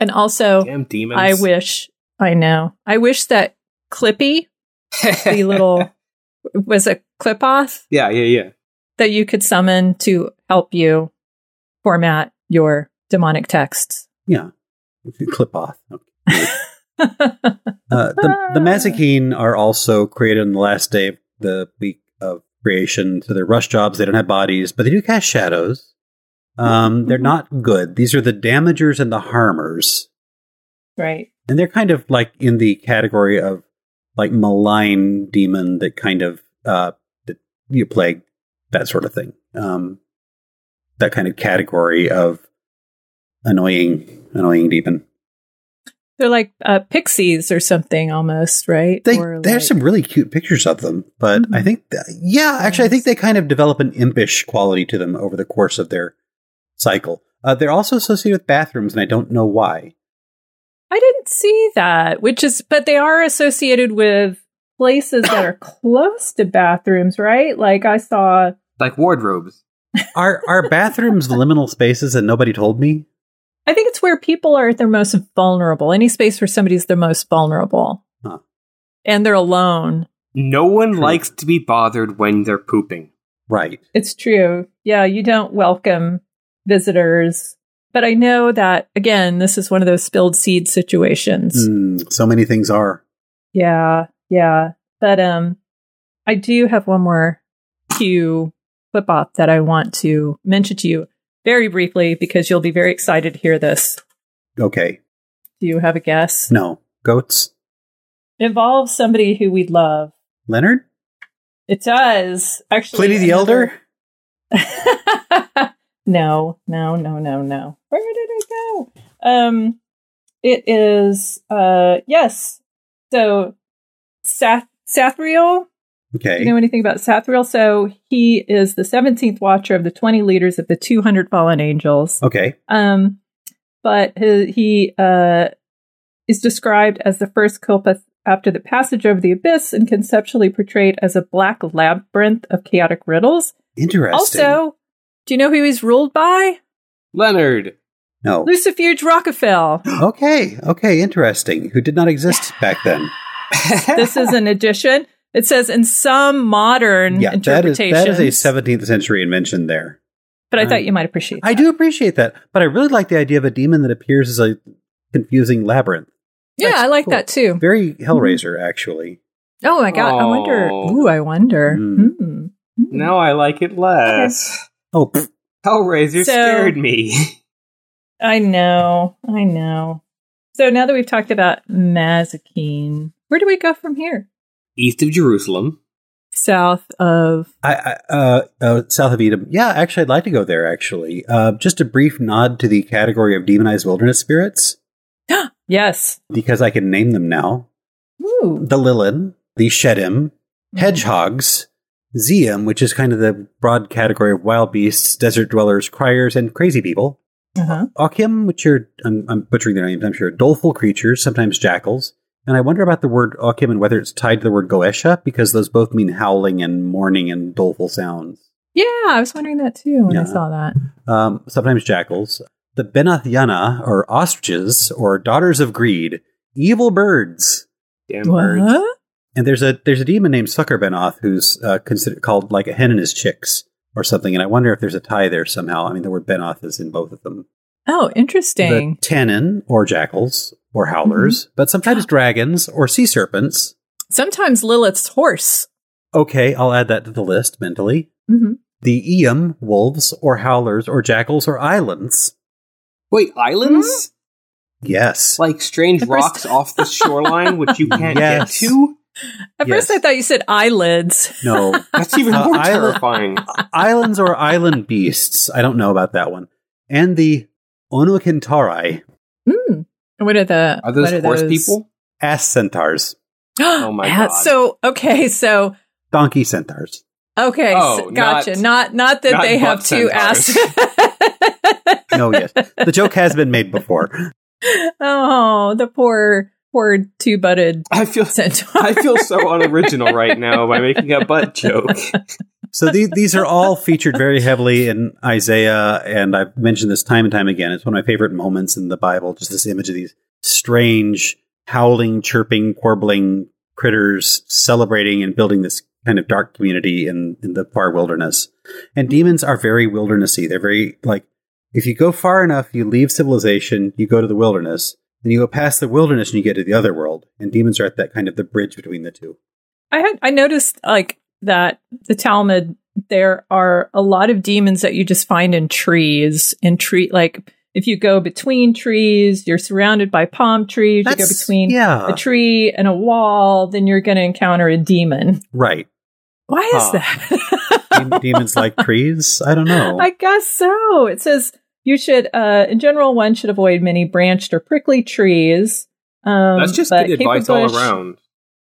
and also
Damn demons!
Oh, I wish I know. I wish that Clippy, the little was a clip off
yeah, yeah, yeah.
that you could summon to help you format your demonic texts.
Yeah. Clip off. Uh, the, the Mazikeen are also created on the last day of the week of creation. So they're rush jobs. They don't have bodies, but they do cast shadows. Um, they're
Mhm.
not good. These are the damagers and the harmers.
right.
And they're kind of like in the category of like malign demon that kind of uh, that you plague, that sort of thing. Um, that kind of category of annoying, annoying demon.
They're like uh, pixies or something almost, right?
They,
Or
there's
like-
some really cute pictures of them, but I
Mhm.
think, that, yeah, actually, I think
Yes.
they kind of develop an impish quality to them over the course of their cycle. Uh, they're also associated with bathrooms, and I don't know why.
I didn't see that, which is, but they are associated with places that are close to bathrooms, right? Like I saw,
Like wardrobes.
Are are bathrooms liminal spaces, and nobody told me?
I think it's where people are at their most vulnerable, any space where somebody's their most vulnerable.
Huh.
And they're alone.
No one
True.
likes to be bothered when they're pooping.
Right.
It's true. Yeah, you don't welcome visitors. But I know that, again, this is one of those spilled seed situations.
Mm, so many things are.
Yeah, yeah. But um I do have one more cue clip off that I want to mention to you very briefly because you'll be very excited to hear this.
Okay.
Do you have a guess?
No. Goats.
It involves somebody who we love.
Leonard?
It does. Actually
Pliny the Elder?
Elder? no, no, no, no, no. Where did it go? Um it is uh yes. So Sath Sathriel
Okay.
Do you know anything about Sathriel? So he is the 17th watcher of the 20 leaders of the 200 fallen angels.
okay.
Um, but he, he uh, is described as the first Kilpith after the passage over the abyss and conceptually portrayed as a black labyrinth of chaotic riddles.
Interesting.
Also, do you know who he's ruled by?
Leonard.
no.
Lucifuge Rockefeller.
Okay. Okay. Interesting. Who did not exist back then?
this is an addition. It says in some modern
Yeah. That is
interpretations.
that is a 17th century invention there.
But I thought you might appreciate
I
that.
do appreciate that, but I really like the idea of a demon that appears as a confusing labyrinth.
Yeah,
That's
I like
cool.
that too. Mm-hmm.
Very Hellraiser, actually.
Oh my god! I wonder.
Oh.
Ooh, I wonder.
Mm.
Mm.
now I like it less.
Oh, pfft.
Hellraiser
So-
scared me.
I know. I know. So now that we've talked about Mazikeen, where do we go from here?
East of Jerusalem.
South of
I, I, uh, uh, south of Edom. Yeah, actually, I'd like to go there. Actually, uh, just a brief nod to the category of demonized wilderness spirits
yes.
because I can name them now:
Ooh.
the Lilin, the Shedim, hedgehogs, Zeum, which is kind of the broad category of wild beasts, desert dwellers, criers, and crazy people.
Uh-huh.
Occam, which are, I'm, I'm butchering their names, I'm sure, doleful creatures, sometimes jackals. And I wonder about the word Occam and whether it's tied to the word Goesha, because those both mean howling and mourning and doleful sounds.
Yeah, I was wondering that too when
Yeah.
I saw that.
um, sometimes jackals, the Benathiana, or ostriches, or daughters of greed, evil birds.
Damn birds.
What?
And there's a there's a demon named Sucker Benoth who's uh, considered called like a hen and his chicks or something. And I wonder if there's a tie there somehow. I mean, the word Benoth is in both of them.
Oh, interesting.
The tannin, or jackals, or howlers, but sometimes dragons or sea serpents.
Sometimes Lilith's horse.
Okay, I'll add that to the list mentally.
hmm
The Eam, wolves, or howlers, or jackals, or islands.
Wait, islands?
Yes.
Like strange
The first-
rocks off the shoreline, which you can't
Yes.
get to?
At first,
Yes.
I thought you said eyelids.
No.
That's even
Uh,
more
island-
terrifying.
islands or island beasts. I don't know about that one. And the Onokintari,
Mm. What are the
Are those
what
horse people?
ass centaurs,
oh
my God.
So okay, so
donkey centaurs.
okay,
Oh,
so- gotcha.
not-
Not not, that
not
they have
butt
two asses.
No, yes. The joke has been made before.
oh, the poor poor two butted
I feel
centaur.
I feel so unoriginal right now by making a
Um,
butt joke.
So the, these are all featured very heavily in Isaiah, and I've mentioned this time and time again. It's one of my favorite moments in the Bible, just this image of these strange, howling, chirping, warbling critters celebrating and building this kind of dark community in, in the far wilderness. And demons are very wildernessy. They're very like if you go far enough, you leave civilization, you go to the wilderness, then you go past the wilderness and you get to the other world. And demons are at that kind of the bridge between the two.
I had I noticed like that the Talmud there are a lot of demons that you just find in trees and tree like if you go between trees, you're surrounded by palm trees. you go
That's-
between
yeah,
a tree and a wall, then you're going to encounter a demon.
right.
Why is
Huh.
that?
Dem- demons like trees. I don't know.
I guess so. It says you should, uh, in general, one should avoid many branched or prickly trees. Um,
That's just
but
good
caper
advice all
bush-
around.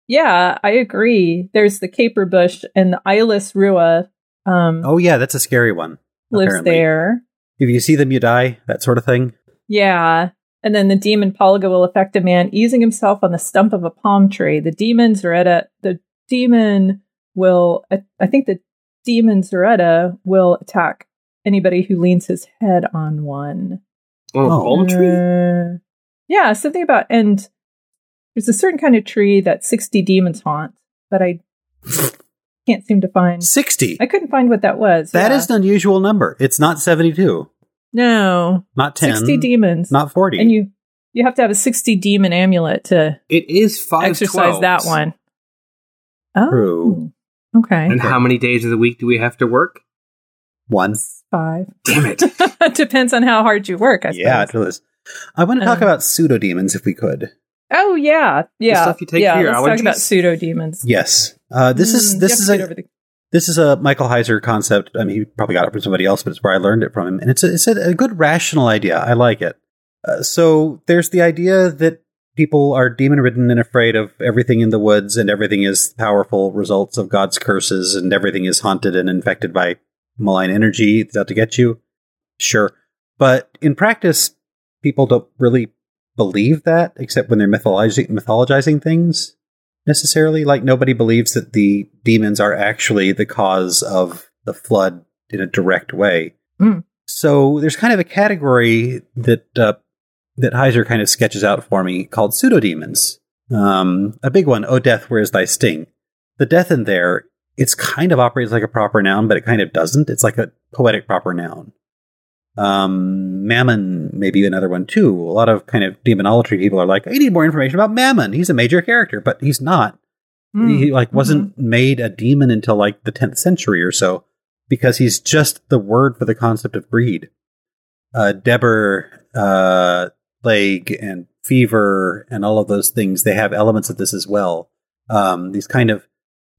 Yeah, I agree. There's the caper bush and the eyeless rua um,
oh yeah, that's a scary one.
lives
apparently.
there.
If you see them, you die. That sort of thing.
Yeah. And then the demon Polga will affect a man easing himself on the stump of a palm tree. The demon Zaretta, the demon will, I, I think the demon Zaretta will attack anybody who leans his head on one.
Oh,
Oh.
palm tree?
Uh, yeah, something about, and there's a certain kind of tree that 60 demons haunt, but I can't seem to find.
Sixty.
I couldn't find what that was.
That
Yeah.
is an unusual number. It's not seventy-two.
no
Not ten.
60 demons.
Not forty.
and you you have to have a 60 demon amulet to
It is five.
exercise that
12s.
one. Oh,
True.
okay,
And how many days of the week do we have to work?
one.
five.
Damn it.
Depends on how hard you work, I suppose.
Yeah, it is. I want to talk
Um,
about pseudo demons if we could.
Oh yeah, yeah.
stuff you take
yeah,
for your
let's talk about
allergies?
pseudo demons.
Yes. Uh, this
mm,
is this is a
the-
this is a Michael Heiser concept. I mean, he probably got it from somebody else, but it's where I learned it from him. And it's a, it's a, a good rational idea. I like it. Uh, so there's the idea that people are demon ridden and afraid of everything in the woods, and everything is powerful results of God's curses, and everything is haunted and infected by malign energy that's out to get you. Sure. But in practice, people don't really believe that, except when they're mythologizing, mythologizing things necessarily. Like nobody believes that the demons are actually the cause of the flood in a direct way.
Hmm.
So there's kind of a category that uh, that Heiser kind of sketches out for me called pseudodemons. Um, a big one, oh death, where is thy sting? The death in there, it's kind of operates like a proper noun, but it kind of doesn't. It's like a poetic proper noun. Um, Mammon, maybe another one too. A lot of kind of demonolatry people are like, I need more information about Mammon. He's a major character, but he's not.
Mm.
He like wasn't made a demon until like the 10th century or so because he's just the word for the concept of greed. Uh, Deborah, uh, plague and fever and all of those things, they have elements of this as well. Um, these kind of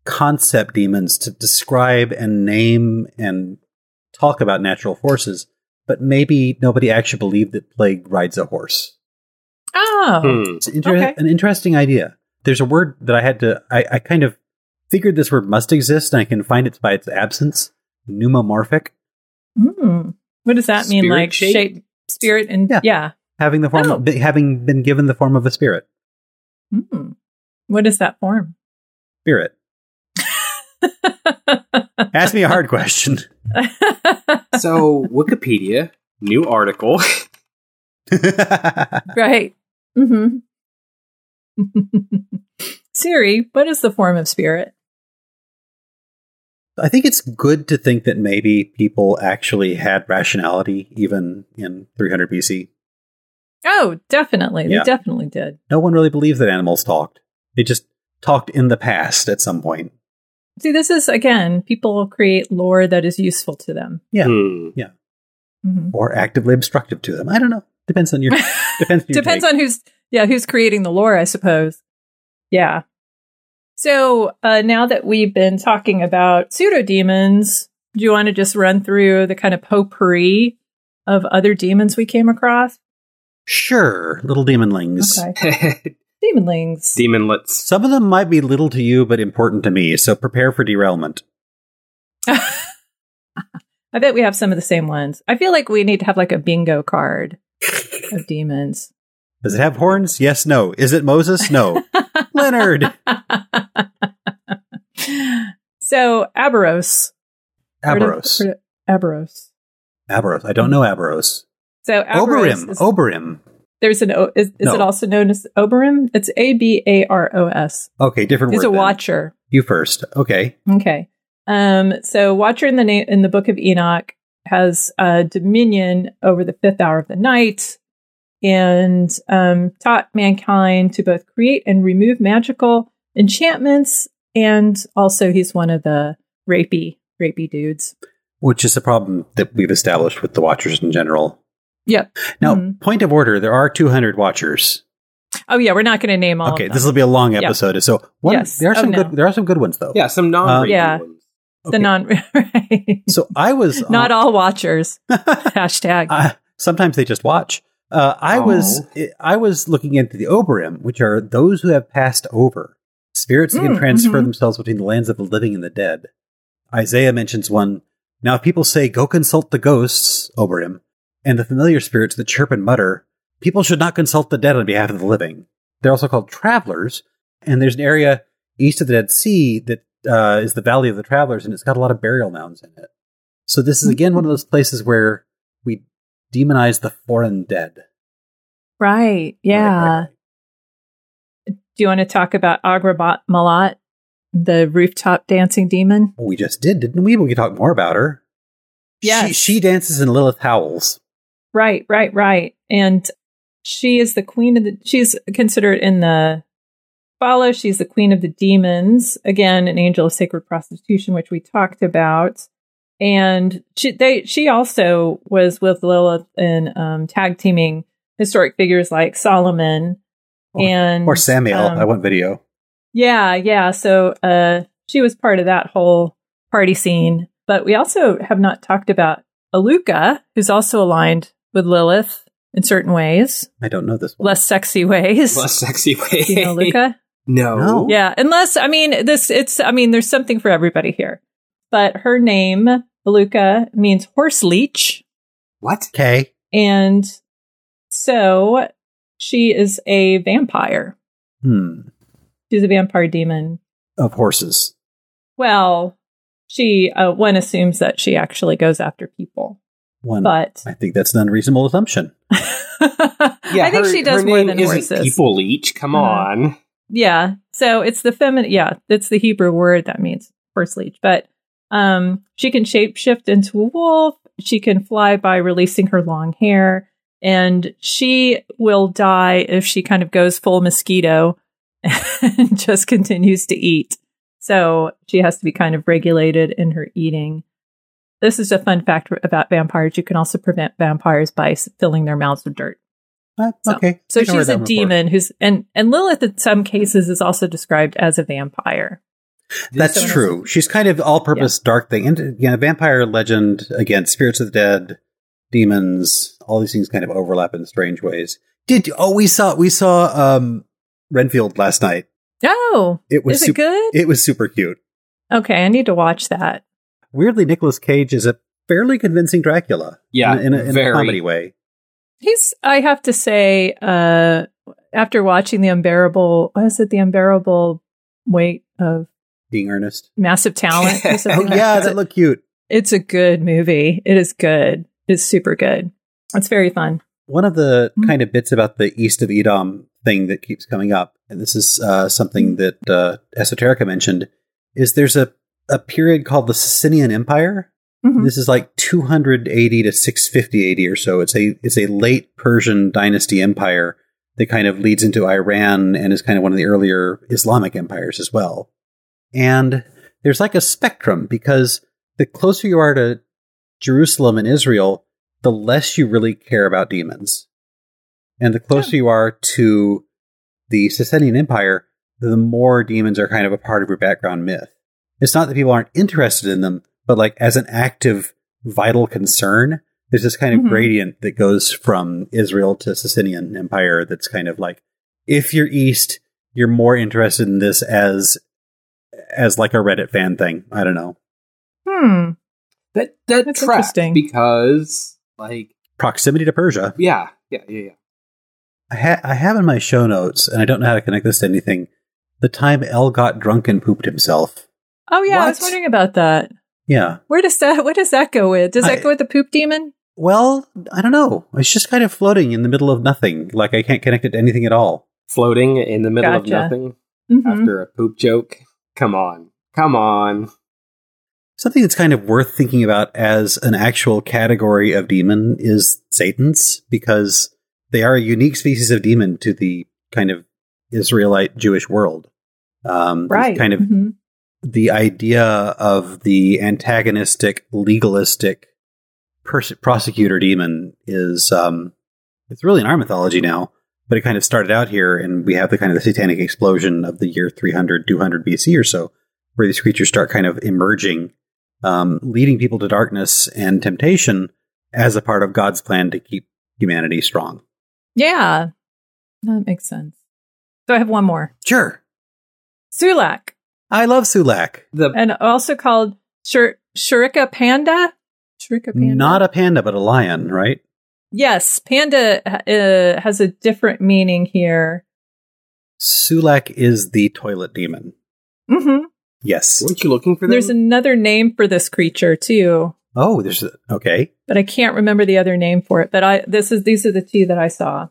concept demons to describe and name and talk about natural forces, but maybe nobody actually believed that plague rides a horse.
Oh,
Hmm.
It's inter-
Okay.
an interesting idea. There's a word that I had to, I, I kind of figured this word must exist, and I can find it by its absence. Pneumomorphic, Hmm.
Mm. What does that mean?
Spirit
Like
shape?
shape, spirit, and
Yeah.
yeah.
having the form,
Oh.
of, having been given the form of a spirit.
Mm. What is that form?
Spirit. Ask me a hard question.
So, Wikipedia, new article.
right. Mm-hmm. Siri, what is the form of spirit?
I think it's good to think that maybe people actually had rationality even in 300 BC.
Oh, definitely.
Yeah.
They definitely did.
No one really believed that animals talked. They just talked in the past at some point.
See, this is again, people create lore that is useful to them.
Yeah.
Hmm.
Mhm.
Or actively obstructive to them. I don't know. Depends on your depends on your
Depends on who's yeah, who's creating the lore, I suppose. Yeah. So uh, now that we've been talking about pseudodemons, do you want to just run through the kind of potpourri of other demons we came across?
Sure, little demonlings.
Okay. Demonlings.
Demonlets.
Some of them might be little to you but important to me, so prepare for derailment.
I bet we have some of the same ones. I feel like we need to have like a bingo card of demons.
Does it have horns? Yes, no. Is it Moses? No. Leonard.
so Aberos. Heard of-
Aberos.
heard of Aberos.
Aberos. I don't know Aberos.
So Aberos
Oberim.
is-
Oberim.
There's an O. Is, is
No.
it also known as Oberon? It's A B A R O S.
Okay, different
He's
word.
a
then.
watcher.
You first. Okay.
Okay. Um. So watcher in the na- in the Book of Enoch has uh, dominion over the fifth hour of the night, and um, taught mankind to both create and remove magical enchantments, and also he's one of the rapey rapey dudes.
Which is a problem that we've established with the Watchers in general.
Yep.
Now,
Mhm.
point of order, there are 200 Watchers.
Oh yeah, we're not going to name all.
okay,
of them.
this will be a long
Yeah.
episode. So, one,
Yes.
there are
Oh,
some
no.
good there are some good ones though.
Yeah, some non
Yeah.
ones.
the
okay. Uh,
non right.
So, I was
not
on-
all watchers. Hashtag.
I- sometimes they just watch. Uh, I was I was looking into the Oberim, which are those who have passed over spirits that can
Mm,
transfer
mhm.
themselves between the lands of the living and the dead. Isaiah mentions one. Now, if people say, "Go consult the ghosts," Oberim, and the familiar spirits that chirp and mutter, people should not consult the dead on behalf of the living. They're also called travelers, and there's an area east of the Dead Sea that uh, is the Valley of the Travelers, and it's got a lot of burial mounds in it. So this is again one of those places where we demonize the foreign dead.
Right. Yeah.
Right, right, right.
Do you want to talk about Agrabat Malat, the rooftop dancing demon?
Well, we just did, didn't we? We could talk more about her.
Yes.
She, she dances and Lilith howls.
Right, right, right. And she is the queen of the she's considered in the follow, she's the queen of the demons. Again, an angel of sacred prostitution, which we talked about. And she they she also was with Lilith in um, tag teaming historic figures like Solomon
Or-
and
Or Samuel.
um,
I want video.
Yeah, yeah. So uh, she was part of that whole party scene. But we also have not talked about Aluka, who's also aligned with Lilith in certain ways,
I don't know this one.
less sexy ways.
Less sexy way.
you know, Aluka?
No.
No.
Yeah, unless, I mean, this, it's, I mean, there's something for everybody here. But her name, Aluka, means horse leech.
What?
Okay.
And so she is a vampire.
Hmm.
She's a vampire demon.
Of horses.
Well, she uh, one assumes that she actually goes after people,
One.
but
I think that's an unreasonable assumption.
Yeah,
I think
her-
she does
her
more
name
than
isn't
horses.
People leech. Come
Uh,
on.
Yeah, so it's the feminine. Yeah, it's the Hebrew word that means horse leech. But um, she can shapeshift into a wolf. She can fly by releasing her long hair, and she will die if she kind of goes full mosquito and just continues to eat. So she has to be kind of regulated in her eating. This is a fun fact about vampires. You can also prevent vampires by s- filling their mouths with dirt.
Uh,
So-
okay.
So
Ignore
she's
that
a
one for-
demon who's and and Lilith in some cases is also described as a vampire.
That's
Someone
true. She's kind of all purpose dark thing. And again, vampire legend, again, spirits of the dead, demons, all these things kind of overlap in strange ways. Did oh we saw we saw um Renfield last night.
Oh,
It was
is it
super,
good?
it was super cute.
okay, I need to watch that.
Weirdly, Nicolas Cage is a fairly convincing Dracula.
Yeah,
in a, in a, in a
very.
comedy way.
He's, I have to say, uh, after watching the unbearable, what is it, the unbearable weight of
Being earnest.
massive talent? or
Oh
something like
yeah,
that.
that looked cute.
it's a good movie. It is good. It's super good. It's very fun.
One of the
Hmm.
kind of bits about the East of Edom thing that keeps coming up, and this is uh, something that uh, Esoterica mentioned, is there's a, a period called the Sassanian Empire.
Mhm.
This is like 280 to 650 AD or so. It's a it's a late Persian dynasty empire that kind of leads into Iran and is kind of one of the earlier Islamic empires as well. And there's like a spectrum because the closer you are to Jerusalem and Israel, the less you really care about demons. And the closer you are to the Sasanian Empire, the more demons are kind of a part of your background myth. It's not that people aren't interested in them, but like as an active, vital concern, there's this kind of
Mhm.
gradient that goes from Israel to Sasanian Empire that's kind of like if you're East, you're more interested in this as as like a Reddit fan thing. I don't know.
Hmm.
That that
That's
tracks
interesting.
because like
Proximity to Persia.
yeah, yeah, yeah, yeah.
I, ha- I have in my show notes, and I don't know how to connect this to anything. The time El got drunk and pooped himself.
Oh yeah, I was
What?
wondering about that.
Yeah.
Where does that? What does that go with? Does that
I-
go with the poop demon?
Well, I don't know. It's just kind of floating in the middle of nothing. Like I can't connect it to anything at all.
Floating in the middle
Gotcha.
of nothing
Mhm.
after a poop joke. Come on. Come on.
Something that's kind of worth thinking about as an actual category of demon is Satan's, because they are a unique species of demon to the kind of Israelite Jewish world. Um, there's
right.
Kind of
Mhm.
the idea of the antagonistic, legalistic pers- prosecutor demon is um, it's really in our mythology now, but it kind of started out here, and we have the kind of the satanic explosion of the year 300, 200 BC or so, where these creatures start kind of emerging, um, leading people to darkness and temptation as a part of God's plan to keep humanity strong.
Yeah, that makes sense. So I have one more.
Sure,
Sulak,
I love Sulak.
The
and also called Shur- Shurika Panda. Shurika Panda.
Not a panda, but a lion, right?
yes. Panda uh, has a different meaning here.
Sulak is the toilet demon.
hmm
Yes.
weren't you looking for them?
There's another name for this creature too.
Oh, there's a, okay,
but I can't remember the other name for it. But I this is these are the two that I saw.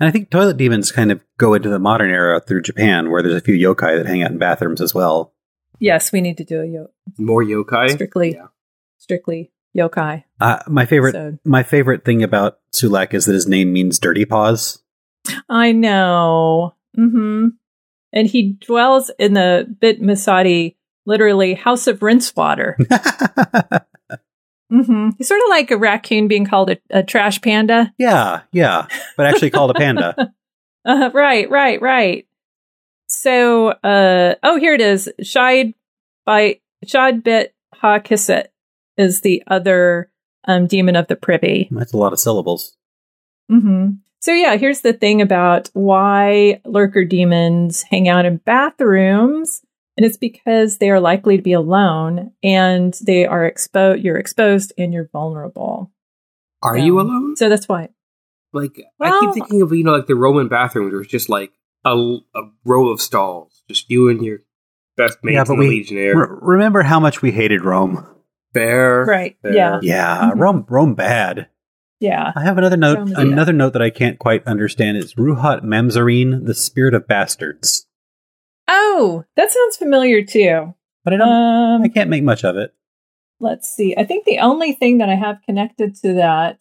and I think toilet demons kind of go into the modern era through Japan, where there's a few yokai that hang out in bathrooms as well.
Yes, we need to do a yo-
more yokai.
strictly
Yeah.
strictly yokai.
Uh, my favorite,
So
my favorite thing about Sulak is that his name means dirty paws.
I know. Mm-hmm. And he dwells in the Bit Masadi, literally house of rinse water. mm-hmm. He's sort of like a raccoon being called a, a trash panda.
yeah, yeah, but actually called a panda.
Uh, right, right, right. So, uh, oh, here it is. Shad by Shad Bit Hakisset is the other um, demon of the privy.
That's a lot of syllables.
Mm-hmm. So, yeah, here's the thing about why lurker demons hang out in bathrooms, and it's because they are likely to be alone, and they are exposed. You're exposed, and you're vulnerable.
Are
Um,
you alone?
So that's why.
Like I
Well-
keep thinking of you know like the Roman bathroom where it's just like a, a row of stalls, just you and your best mate
Yeah,
yeah,
but
and
we-
the legionnaire.
Re- remember how much we hated Rome?
Fair,
Right,
fair.
yeah.
Yeah,
Mhm.
Rome, Rome bad.
Yeah.
I have another note.
Rome is bad.
another note that I can't quite understand is Ruhat Mamzarine, the spirit of bastards.
Oh, that sounds familiar too.
But I don't.
Um,
I can't make much of it.
let's see. I think the only thing that I have connected to that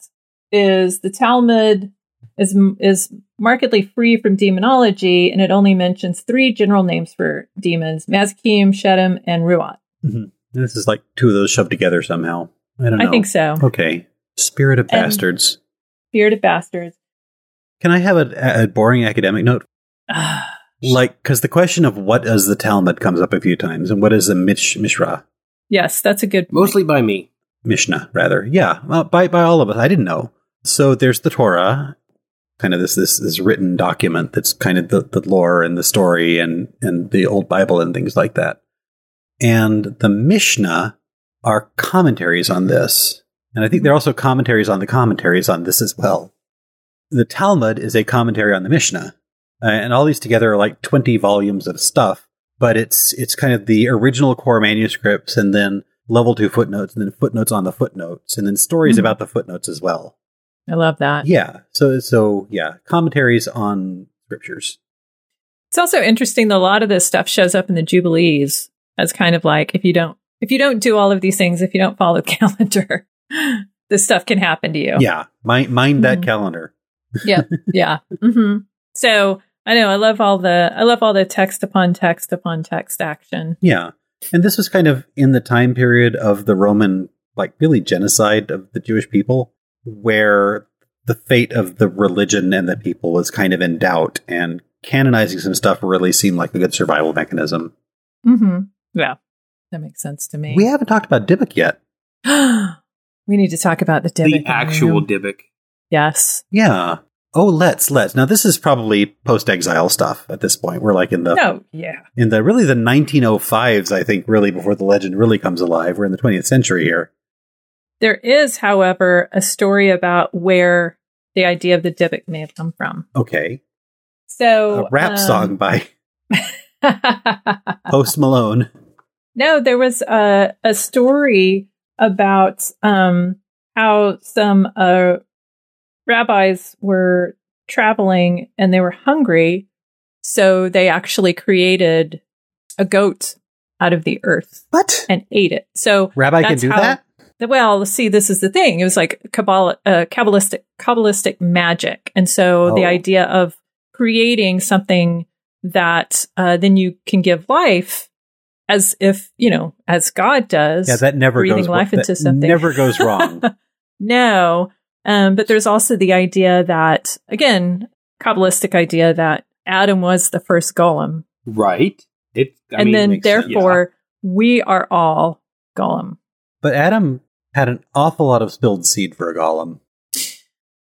is the Talmud is is markedly free from demonology, and it only mentions three general names for demons: Mazkim, Shedem, and Ruat.
Mm-hmm. This is like two of those shoved together somehow. I don't know.
I think so.
Okay. Spirit of
And-
bastards.
Bearded bastards.
Can I have a, a boring academic note?
Ah,
Like, because the question of what is the Talmud comes up a few times, and what is the Mish, Mishra?
yes, that's a good. point.
Mostly by me.
Mishnah, rather. Yeah, well, by, by all of us. I didn't know. So there's the Torah, kind of this this this written document that's kind of the, the lore and the story and and the old Bible and things like that. And the Mishnah are commentaries on this, and I think they're also commentaries on the commentaries on this as well. The Talmud is a commentary on the Mishnah, uh, and all these together are like twenty volumes of stuff. But it's it's kind of the original core manuscripts, and then level two footnotes, and then footnotes on the footnotes, and then stories
Mhm.
about the footnotes as well.
I love that.
Yeah. So so yeah, commentaries on scriptures.
It's also interesting that a lot of this stuff shows up in the Jubilees as kind of like if you don't if you don't do all of these things, if you don't follow the calendar, this stuff can happen to you.
Yeah. Mind mind that
Mhm.
calendar.
yeah. hmm So I know I love all the I love all the text upon text upon text action.
Yeah. And this was kind of in the time period of the Roman like really genocide of the Jewish people where the fate of the religion and the people was kind of in doubt and canonizing some stuff really seemed like a good survival mechanism.
Mm-hmm. Yeah, that makes sense to me.
We haven't talked about Dybbuk yet.
we need to talk about the
the
Dybbuk.
actual Dybbuk.
yes.
Yeah. Oh, let's let's. Now this is probably post-exile stuff at this point. We're like in the
No. Yeah.
in the really the 1905s i think really before the legend really comes alive we're in the 20th century here
There is, however, a story about where the idea of the Dybbuk may have come from.
okay
So
a rap
um,
song by post malone
no, there was a a story about um, how some uh, rabbis were traveling and they were hungry, so they actually created a goat out of the earth
what
and ate it. So
rabbi can
That's
do
how-
that
the- well, see, this is the thing. It was like Kabbalah, uh, Kabbalistic, Kabbalistic magic. And so the
Oh.
idea of creating something that uh, then you can give life as if, you know, as God does.
yeah that never
breathing
goes wrong.
life
That
into something.
never goes wrong
no. Um, but there's also the idea that, again, Kabbalistic idea that Adam was the first golem.
Right. It. I
and
mean,
then
makes sense.
therefore, we are all golem.
but adam had an awful lot of spilled seed for a golem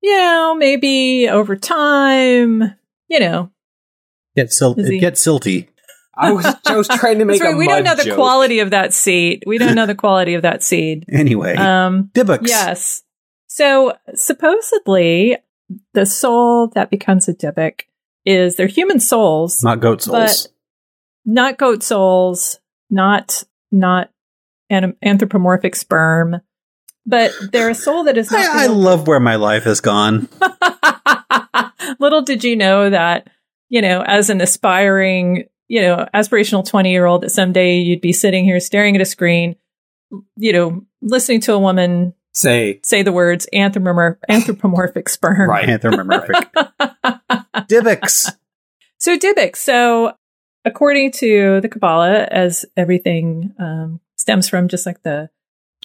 You know, maybe over time, you know,
Get sil-
Is he-
it gets silty
I was. I was trying to make
That's right.
a
We don't know
mud
the
joke.
quality of that seed. We don't know the quality of that seed.
anyway
Um,
Dybbuk.
yes. So supposedly, the soul that becomes a Dybbuk is they're human souls,
not goat souls
not goat souls, not not an- anthropomorphic sperm, but they're a soul that is not.
I, I love where my life has gone
Little did you know that, you know, as an aspiring, you know, aspirational 20 year old, that someday you'd be sitting here staring at a screen, you know, listening to a woman
Say.
say the words anthropomor- anthropomorphic sperm.
Right.
anthropomorphic Dybbuk's.
so, Dybbuk. So, according to the Kabbalah, as everything um, stems from, just like the,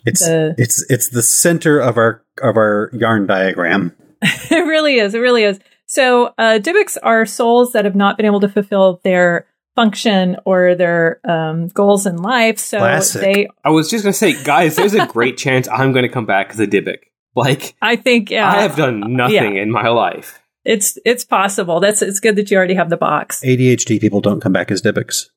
it's
the
It's it's the center of our of our yarn diagram.
it really is. It really is. So, uh, Dybbuk's are souls that have not been able to fulfill their function or their um, goals in life. So
Classic.
they,
I was just gonna say, guys. There's a great chance I'm gonna come back as a Dybbuk. Like
I think, yeah,
I have done nothing in my life.
it's it's possible. That's it's good that you already have the box.
ADHD people don't come back as Dybbuk's.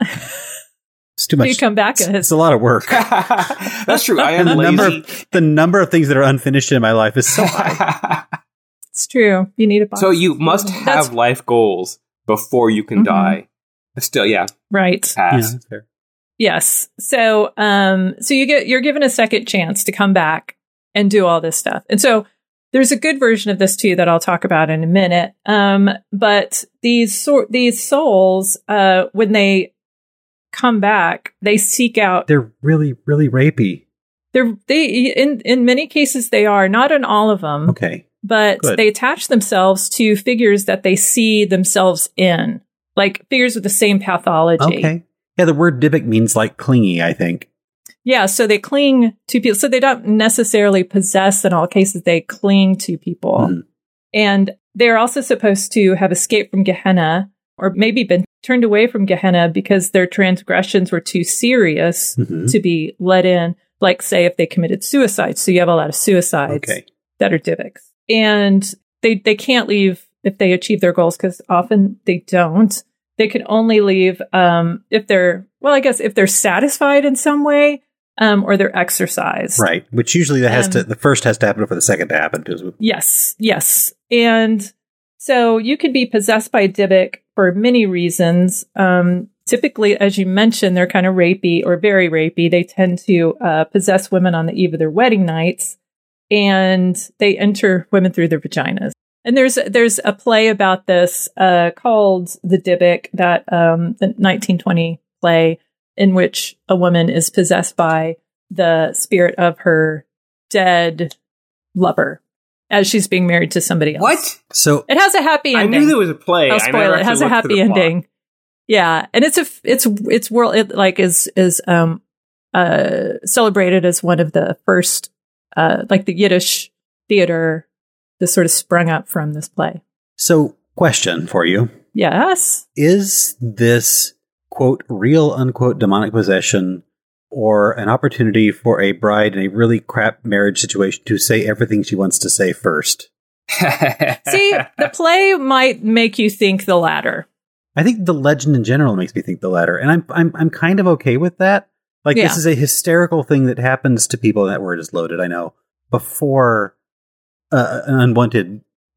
It's too
Do
much.
you come back
it's, it's
as
a lot of work.
That's true. I am
And the number
lazy.
of, the number of things that are unfinished in my life is so high.
it's true. You need a box.
so you must have
That's-
life goals before you can
Mhm.
die. Still, Mm-hmm. yeah,
right.
Yeah,
pass.
that's fair.
Yes. So um so you get you're given a second chance to come back and do all this stuff. And so there's a good version of this too that I'll talk about in a minute. Um but these sort these souls uh when they come back, they seek out
They're really really rapey.
they're they in in many cases they are, not in all of them,
Okay.
but
good.
they attach themselves to figures that they see themselves in. Like figures with the same pathology.
Okay. Yeah, the word Dybbuk means like clingy. I think.
Yeah, so they cling to people. So they don't necessarily possess in all cases, they cling to people.
Mhm.
And they're also supposed to have escaped from Gehenna or maybe been turned away from Gehenna because their transgressions were too serious
Mhm.
to be let in, like, say, if they committed suicide. So you have a lot of suicides
Okay.
that are Dybbuk's. And they they can't leave if they achieve their goals because often they don't. They can only leave um, if they're well, I guess if they're satisfied in some way um, or they're exercised.
Right. Which usually that has
Um,
to the first has to happen for the second to happen because
Yes, yes. And so you could be possessed by Dybbuk for many reasons. Um, typically, as you mentioned, they're kind of rapey or very rapey. They tend to uh, possess women on the eve of their wedding nights, and they enter women through their vaginas. And there's there's a play about this uh, called The Dybbuk, that um, the 1920 play in which a woman is possessed by the spirit of her dead lover as she's being married to somebody else.
What?
so
It has a happy
I
ending.
knew there was a play.
I'll
I never
spoil it. It
actually
has a
looked through
happy
the plot.
ending. Yeah, and it's a f- it's it's world it like is is um uh celebrated as one of the first uh like the Yiddish theater that sort of sprung up from this play.
so question for you.
Yes.
Is this quote real unquote demonic possession or an opportunity for a bride in a really crap marriage situation to say everything she wants to say first?
See, the play might make you think the latter.
I think the legend in general makes me think the latter, and I'm I'm I'm kind of okay with that. Like
Yeah.
this is a hysterical thing that happens to people. That word is loaded, I know. Before uh, an unwanted,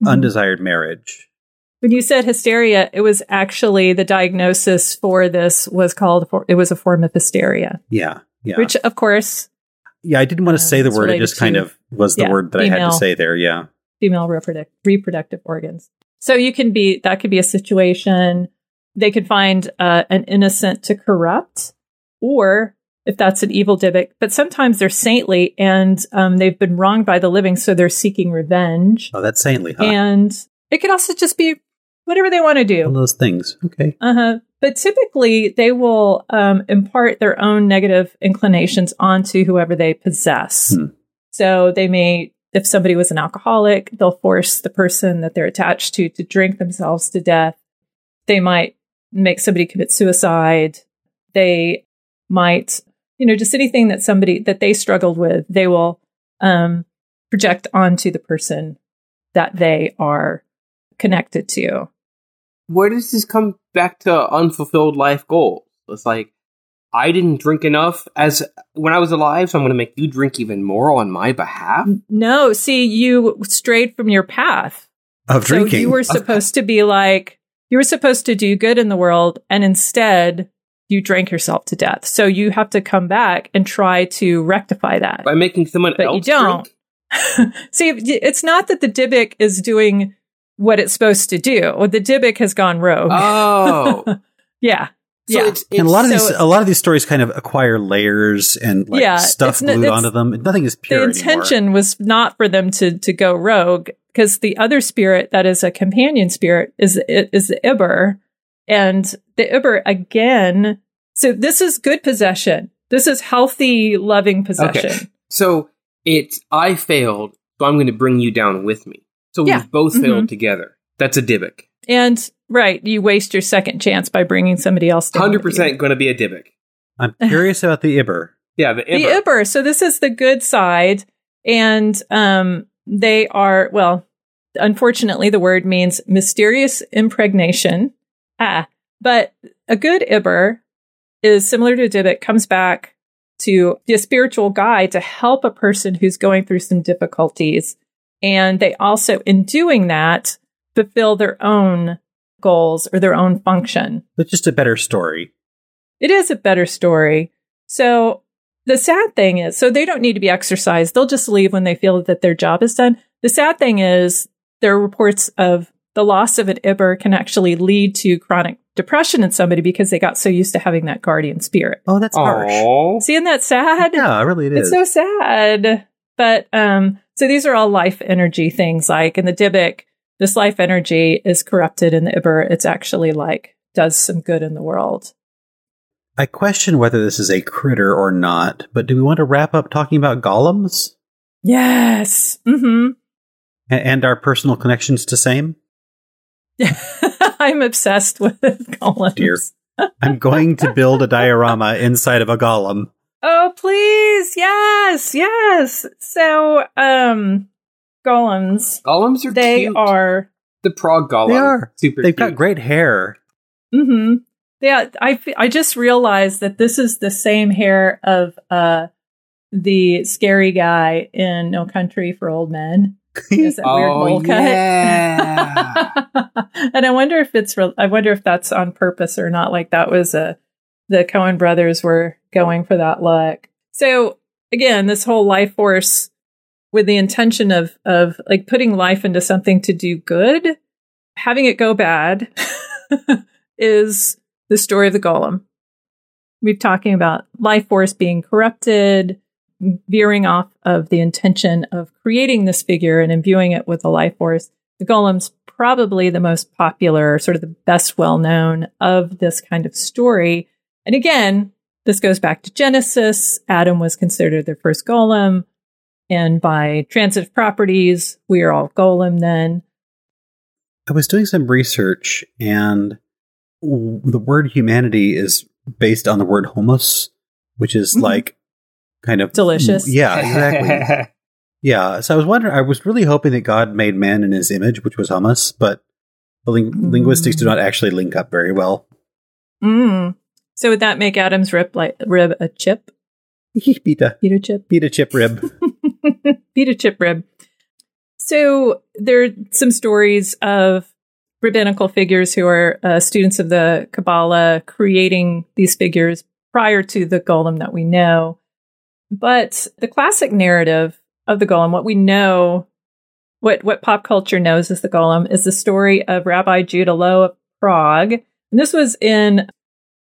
Mm-hmm.
undesired marriage,
When you said hysteria, it was actually the diagnosis for this was called for, it was a form of hysteria,
yeah, yeah,
which of course
yeah. I didn't want
uh,
to say the
it's
word. It
related
just kind
to-
of was the
yeah,
word that I had
female.
to say there. Yeah,
female reproduct- reproductive organs. So you can be that could be a situation. They could find uh, an innocent to corrupt, or if that's an evil Dybbuk. But sometimes they're saintly and um, they've been wronged by the living, so they're seeking revenge.
oh, that's saintly, huh?
And it could also just be whatever they want to do.
All those things. Okay,
Uh-huh. But typically, they will um, impart their own negative inclinations onto whoever they possess.
Hmm.
So they may, if somebody was an alcoholic, they'll force the person that they're attached to to drink themselves to death. They might make somebody commit suicide. They might, you know, just anything that somebody that they struggled with, they will um, project onto the person that they are connected to.
Where does this come back to unfulfilled life goals? It's like I didn't drink enough as when I was alive, so I'm going to make you drink even more on my behalf.
Mm-hmm. No, see, you strayed from your path.
of
So
drinking.
you were supposed to be like, you were supposed to do good in the world, and instead you drank yourself to death. So you have to come back and try to rectify that.
by making someone
But you
else
don't.
drink?
see, it's not that the Dybbuk is doing what it's supposed to do, or the Dybbuk has gone rogue.
Oh, so
yeah. yeah.
it's, it's
Uh, and a lot of
so
these,
it's-
a lot of these stories kind of acquire layers and like
Yeah,
stuff
it's n-
glued
it's-
onto them. Nothing is pure
the
anymore.
intention was not for them to to go rogue because the other spirit that is a companion spirit is is the Iber, and the Iber again. So this is good possession. This is healthy, loving possession.
So it's I failed, so I'm going to bring you down with me. So
Yeah. Mm-hmm.
we both failed together. That's a Dybbuk.
And right, you waste your second chance by bringing somebody else. down with
Hundred
you.
percent going to be a Dybbuk.
I'm curious about the Iber.
Yeah, the
the
Iber.
Iber. So this is the good side, and um, they are well. Unfortunately, the word means mysterious impregnation. Ah, but a good Iber is similar to a Dybbuk. Comes back to be a spiritual guide to help a person who's going through some difficulties, and they also, in doing that, fulfill their own goals or their own function
It's just a better story.
it is a better story. So the sad thing is, so they don't need to be exercised. They'll just leave when they feel that their job is done. The sad thing is, there are reports of the loss of an Iber can actually lead to chronic depression in somebody because they got so used to having that guardian spirit.
Oh, that's harsh.
Aw.
See, isn't that sad?
Yeah, really, it
it's
is.
so sad. But um, so these are all life energy things. Like in the Dybbuk, this life energy is corrupted in the Iber. It's actually like does some good in the world.
I question whether this is a critter or not, but do we want to wrap up talking about golems
Yes. hmm
A- and our personal connections to same?
I'm obsessed with golems.
Dear. I'm going to build a diorama inside of a golem.
Oh, please. Yes. Yes. So, um, golems.
Golems are
They
cute.
are.
the prog golem.
They are.
super.
They've
cute.
got great hair.
Mm-hmm. Yeah, I fe- I just realized that this is the same hair of uh the scary guy in No Country for Old Men. He has that weird
Oh,
bowl
yeah.
cut. and I wonder if it's re- I wonder if that's on purpose or not. Like that was a the Cohen brothers were going for that look. So again, this whole life force with the intention of of like putting life into something to do good, having it go bad is the story of the golem. We're talking about life force being corrupted, veering off of the intention of creating this figure and imbuing it with a life force. The golem's probably the most popular, sort of the best well known of this kind of story. And again, this goes back to Genesis. Adam was considered the first golem. And by transitive properties, we are all golem then.
I was doing some research, and w- the word humanity is based on the word hummus, which is
Mhm.
like kind of
Delicious.
Yeah, exactly. yeah. So I was wondering. I was really hoping that God made man in His image, which was hummus, but the ling-
Mm.
linguistics do not actually link up very well.
Mm. So would that make Adam's rib, like, rib a chip?
Pita,
Peter chip?
pita chip rib.
Peter chip rib. So there are some stories of rabbinical figures who are uh, students of the Kabbalah creating these figures prior to the golem that we know. But the classic narrative of the golem, what we know, what, what pop culture knows as the golem, is the story of Rabbi Judah Low of Prague. And this was in,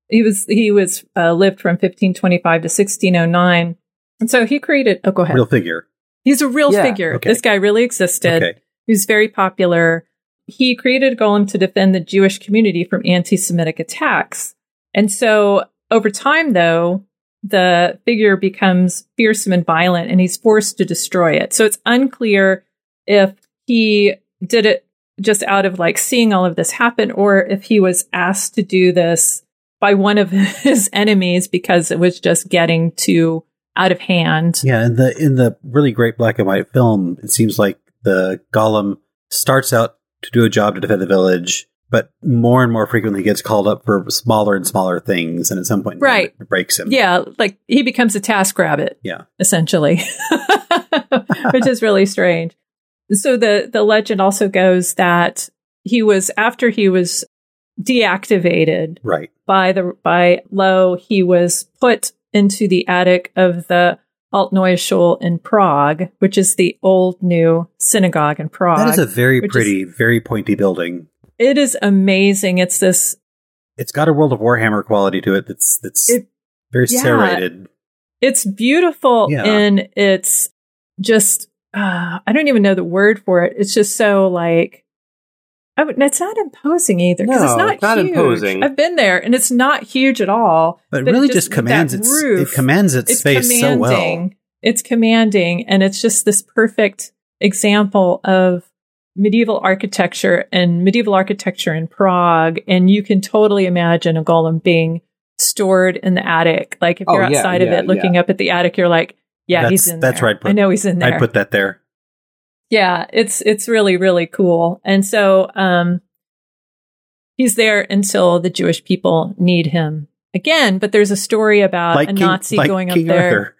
he was, he was, uh, lived from 1525 to 1609. And so he created, oh, go ahead.
Real figure.
He's a real
Yeah,
figure.
okay.
This guy really existed.
Okay.
He was very popular. He created a golem to defend the Jewish community from anti Semitic attacks. And so over time, though, the figure becomes fearsome and violent and he's forced to destroy it. So it's unclear if he did it just out of like seeing all of this happen or if he was asked to do this by one of his enemies because it was just getting too out of hand.
Yeah, in the in the really great black and white film, it seems like the golem starts out to do a job to defend the village, but more and more frequently gets called up for smaller and smaller things, and at some point,
Right.
it breaks him.
Yeah, like he becomes a task rabbit.
Yeah.
Essentially. Which is really strange. So the the legend also goes that he was after he was deactivated
right.
by the by Lowe, he was put into the attic of the Altneue Schule in Prague, which is the old new synagogue in Prague.
That is a very
which is-
pretty, very pointy building.
it is amazing. It's this
It's got a World of Warhammer quality to it. That's that's
It-
very
yeah.
serrated.
it's beautiful
Yeah.
and it's just uh, i don't even know the word for it it's just so like I would, it's not imposing either because it's
No,
not,
it's not
huge.
imposing.
i've been there and it's not huge at all
But,
it
really, just,
with that
commands its
roof,
it commands its, space so well.
it's commanding and it's just this perfect example of medieval architecture and medieval architecture in Prague and you can totally imagine a golem being stored in the attic like if
Oh,
you're
yeah,
outside of
yeah,
it looking up at the attic you're like yeah
That's-
he's in
that's
there.
where I'd put-
I know he's in there
I'd put that there.
yeah it's it's really really cool and so um he's there until the Jewish people need him again but there's a story about
like
Uh, a
King,
Nazi
like
going
King
up there
Arthur.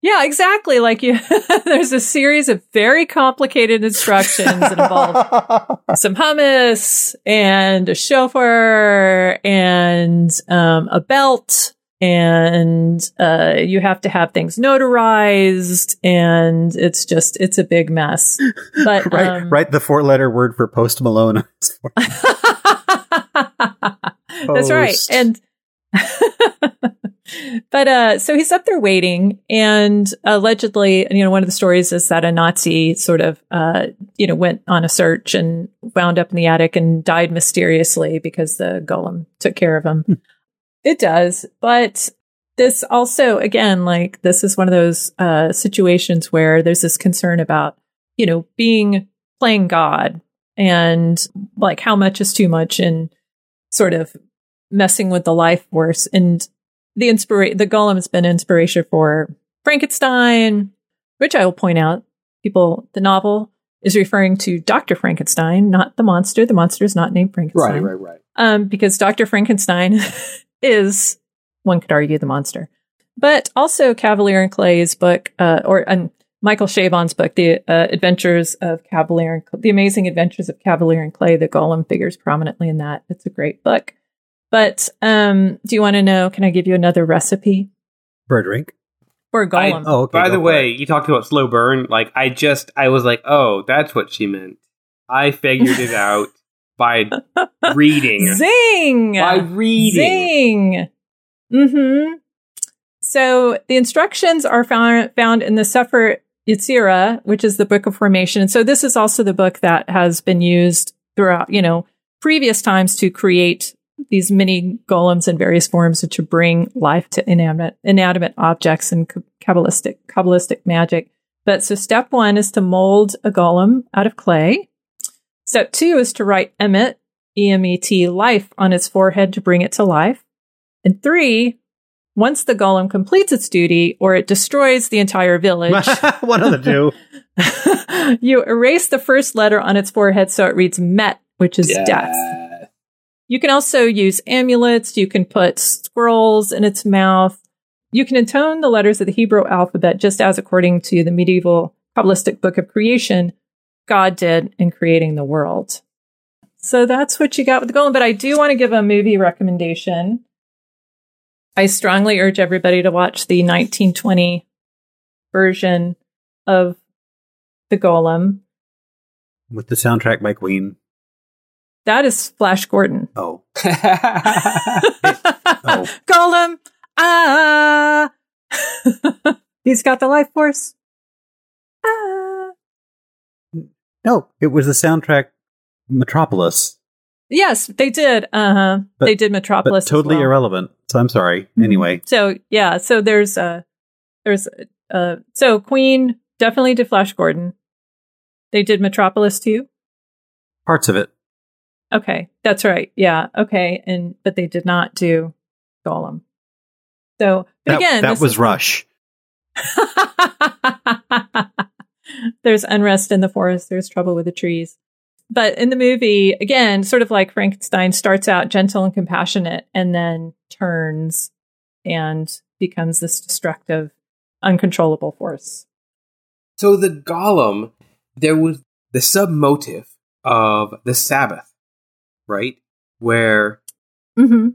yeah, exactly. Like you, there's a series of very complicated instructions that involve some hummus and a chauffeur and um, a belt, and uh, you have to have things notarized, and it's just it's a big mess. But
Right,
um,
write the four-letter word for Post Malone.
um, That's right.
Post.
And but uh so he's up there waiting and allegedly you know one of the stories is that a Nazi sort of uh you know went on a search and wound up in the attic and died mysteriously because the golem took care of him. It does, but this also again like this is one of those uh situations where there's this concern about you know being playing god and like how much is too much and sort of messing with the life force and the inspira- the golem has been inspiration for Frankenstein, which I will point out people the novel is referring to Dr. Frankenstein, not the monster. The monster is not named Frankenstein.
Right, right, right.
um, because Dr. Frankenstein is, one could argue, the monster. But also Cavalier and Clay's book, uh, or um, Michael Chabon's book, The uh, Adventures of Cavalier and Cl- The Amazing Adventures of Cavalier and Clay, the golem figures prominently in that. It's a great book. But um, do you want to know? Can I give you another recipe
Bird drink.
for a golem?
Oh, okay.
By
go
the
for
way,
it.
you talked about slow burn. Like I just, I was like, oh, that's what she meant. I figured it out by reading.
Zing!
By reading.
Zing. hmm So the instructions are found found in the Sefer Yetzirah, which is the book of formation. And so this is also the book that has been used throughout, you know, previous times to create these mini golems in various forms and to bring life to inanimate inanimate objects and k- kabbalistic kabbalistic magic. But so step one is to mold a golem out of clay. Step two is to write E emet EMET life on its forehead to bring it to life. And three, once the golem completes its duty or it destroys the entire village,
one of the two.
you erase the first letter on its forehead so it reads Met, which is death. You can also use amulets. You can put scrolls in its mouth. You can intone the letters of the Hebrew alphabet just as according to the medieval Kabbalistic book of creation, God did in creating the world. So that's what you got with the golem. But I do want to give a movie recommendation. I strongly urge everybody to watch the 1920 version of the golem.
With the soundtrack by Queen.
That is Flash Gordon.
Oh.
Golem, ah, he's got the life force. Ah,
No, it was the soundtrack Metropolis,
yes, they did. Uh huh.
But-
They did
but
Metropolis. as
totally
well.
irrelevant. So I'm sorry. Anyway,
So yeah, so there's uh there's uh so Queen definitely did Flash Gordon. They did Metropolis too.
parts of it.
Okay, that's right. Yeah, okay, and but they did not do Golem. So, but
That,
again,
that
this
was Rush.
there's unrest in the forest, there's trouble with the trees. But in the movie, again, sort of like Frankenstein starts out gentle and compassionate and then turns and becomes this destructive, uncontrollable force.
So the golem, there was the sub motive of the Sabbath, right? Where
Mm-hmm.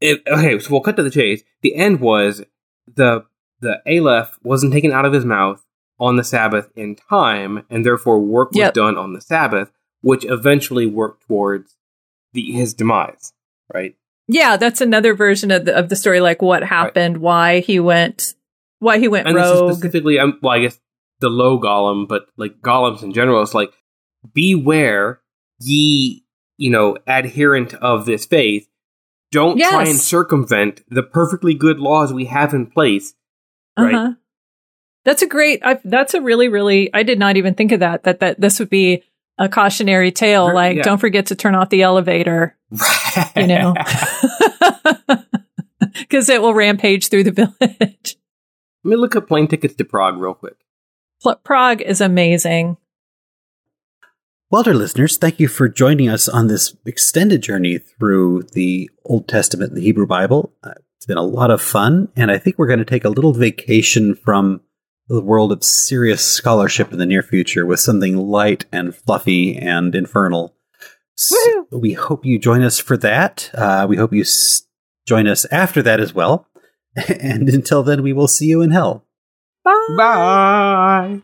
it, okay, so we'll cut to the chase. The end was the the Aleph wasn't taken out of his mouth on the Sabbath in time, and therefore work was
Yep.
done on the Sabbath, which eventually worked towards the his demise, right?
Yeah, that's another version of the of the story, like what happened, why he went, why he went
And this is
rogue.
specifically, um, well, I guess the low golem, but like golems in general, it's like beware ye, you know, adherent of this faith. Don't try and
Yes.
circumvent the perfectly good laws we have in place. right?
Uh-huh. That's a great. I, that's a really, really. I did not even think of that. That that this would be a cautionary tale.
Sure,
like,
yeah.
don't forget to turn off the elevator. You know, because it will rampage through the village.
Let me look up plane tickets to Prague real quick.
Pl- Prague is amazing.
Well, dear listeners, thank you for joining us on this extended journey through the Old Testament and the Hebrew Bible. Uh, it's been a lot of fun, and I think we're going to take a little vacation from the world of serious scholarship in the near future with something light and fluffy and infernal. So we hope you join us for that. Uh, we hope you s- join us after that as well. and until then, we will see you in hell.
Bye.
Bye.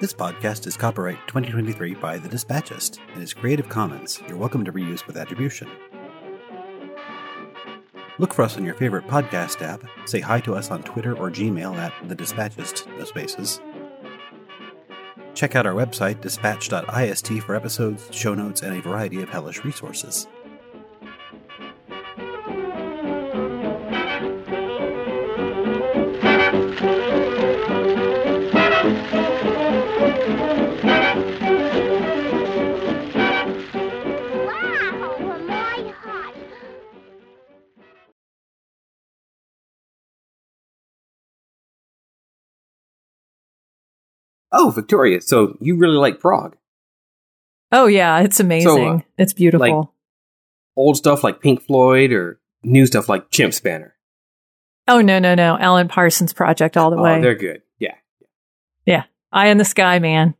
This podcast is copyright 2023 by The Dispatchist and is Creative Commons. You're welcome to reuse with attribution. Look for us on your favorite podcast app. Say hi to us on Twitter or Gmail at The Dispatchist, no spaces. Check out our website, dispatch.ist, for episodes, show notes, and a variety of hellish resources.
Wow!
Oh, Victoria, so you really like Prague.
Oh yeah, it's amazing. it's beautiful.
uh, like- Old stuff like Pink Floyd or new stuff like Chimp Spanner.
oh no, no, no. Alan Parsons project all the
Oh,
way.
they're good. Yeah.
Eye in the sky, man.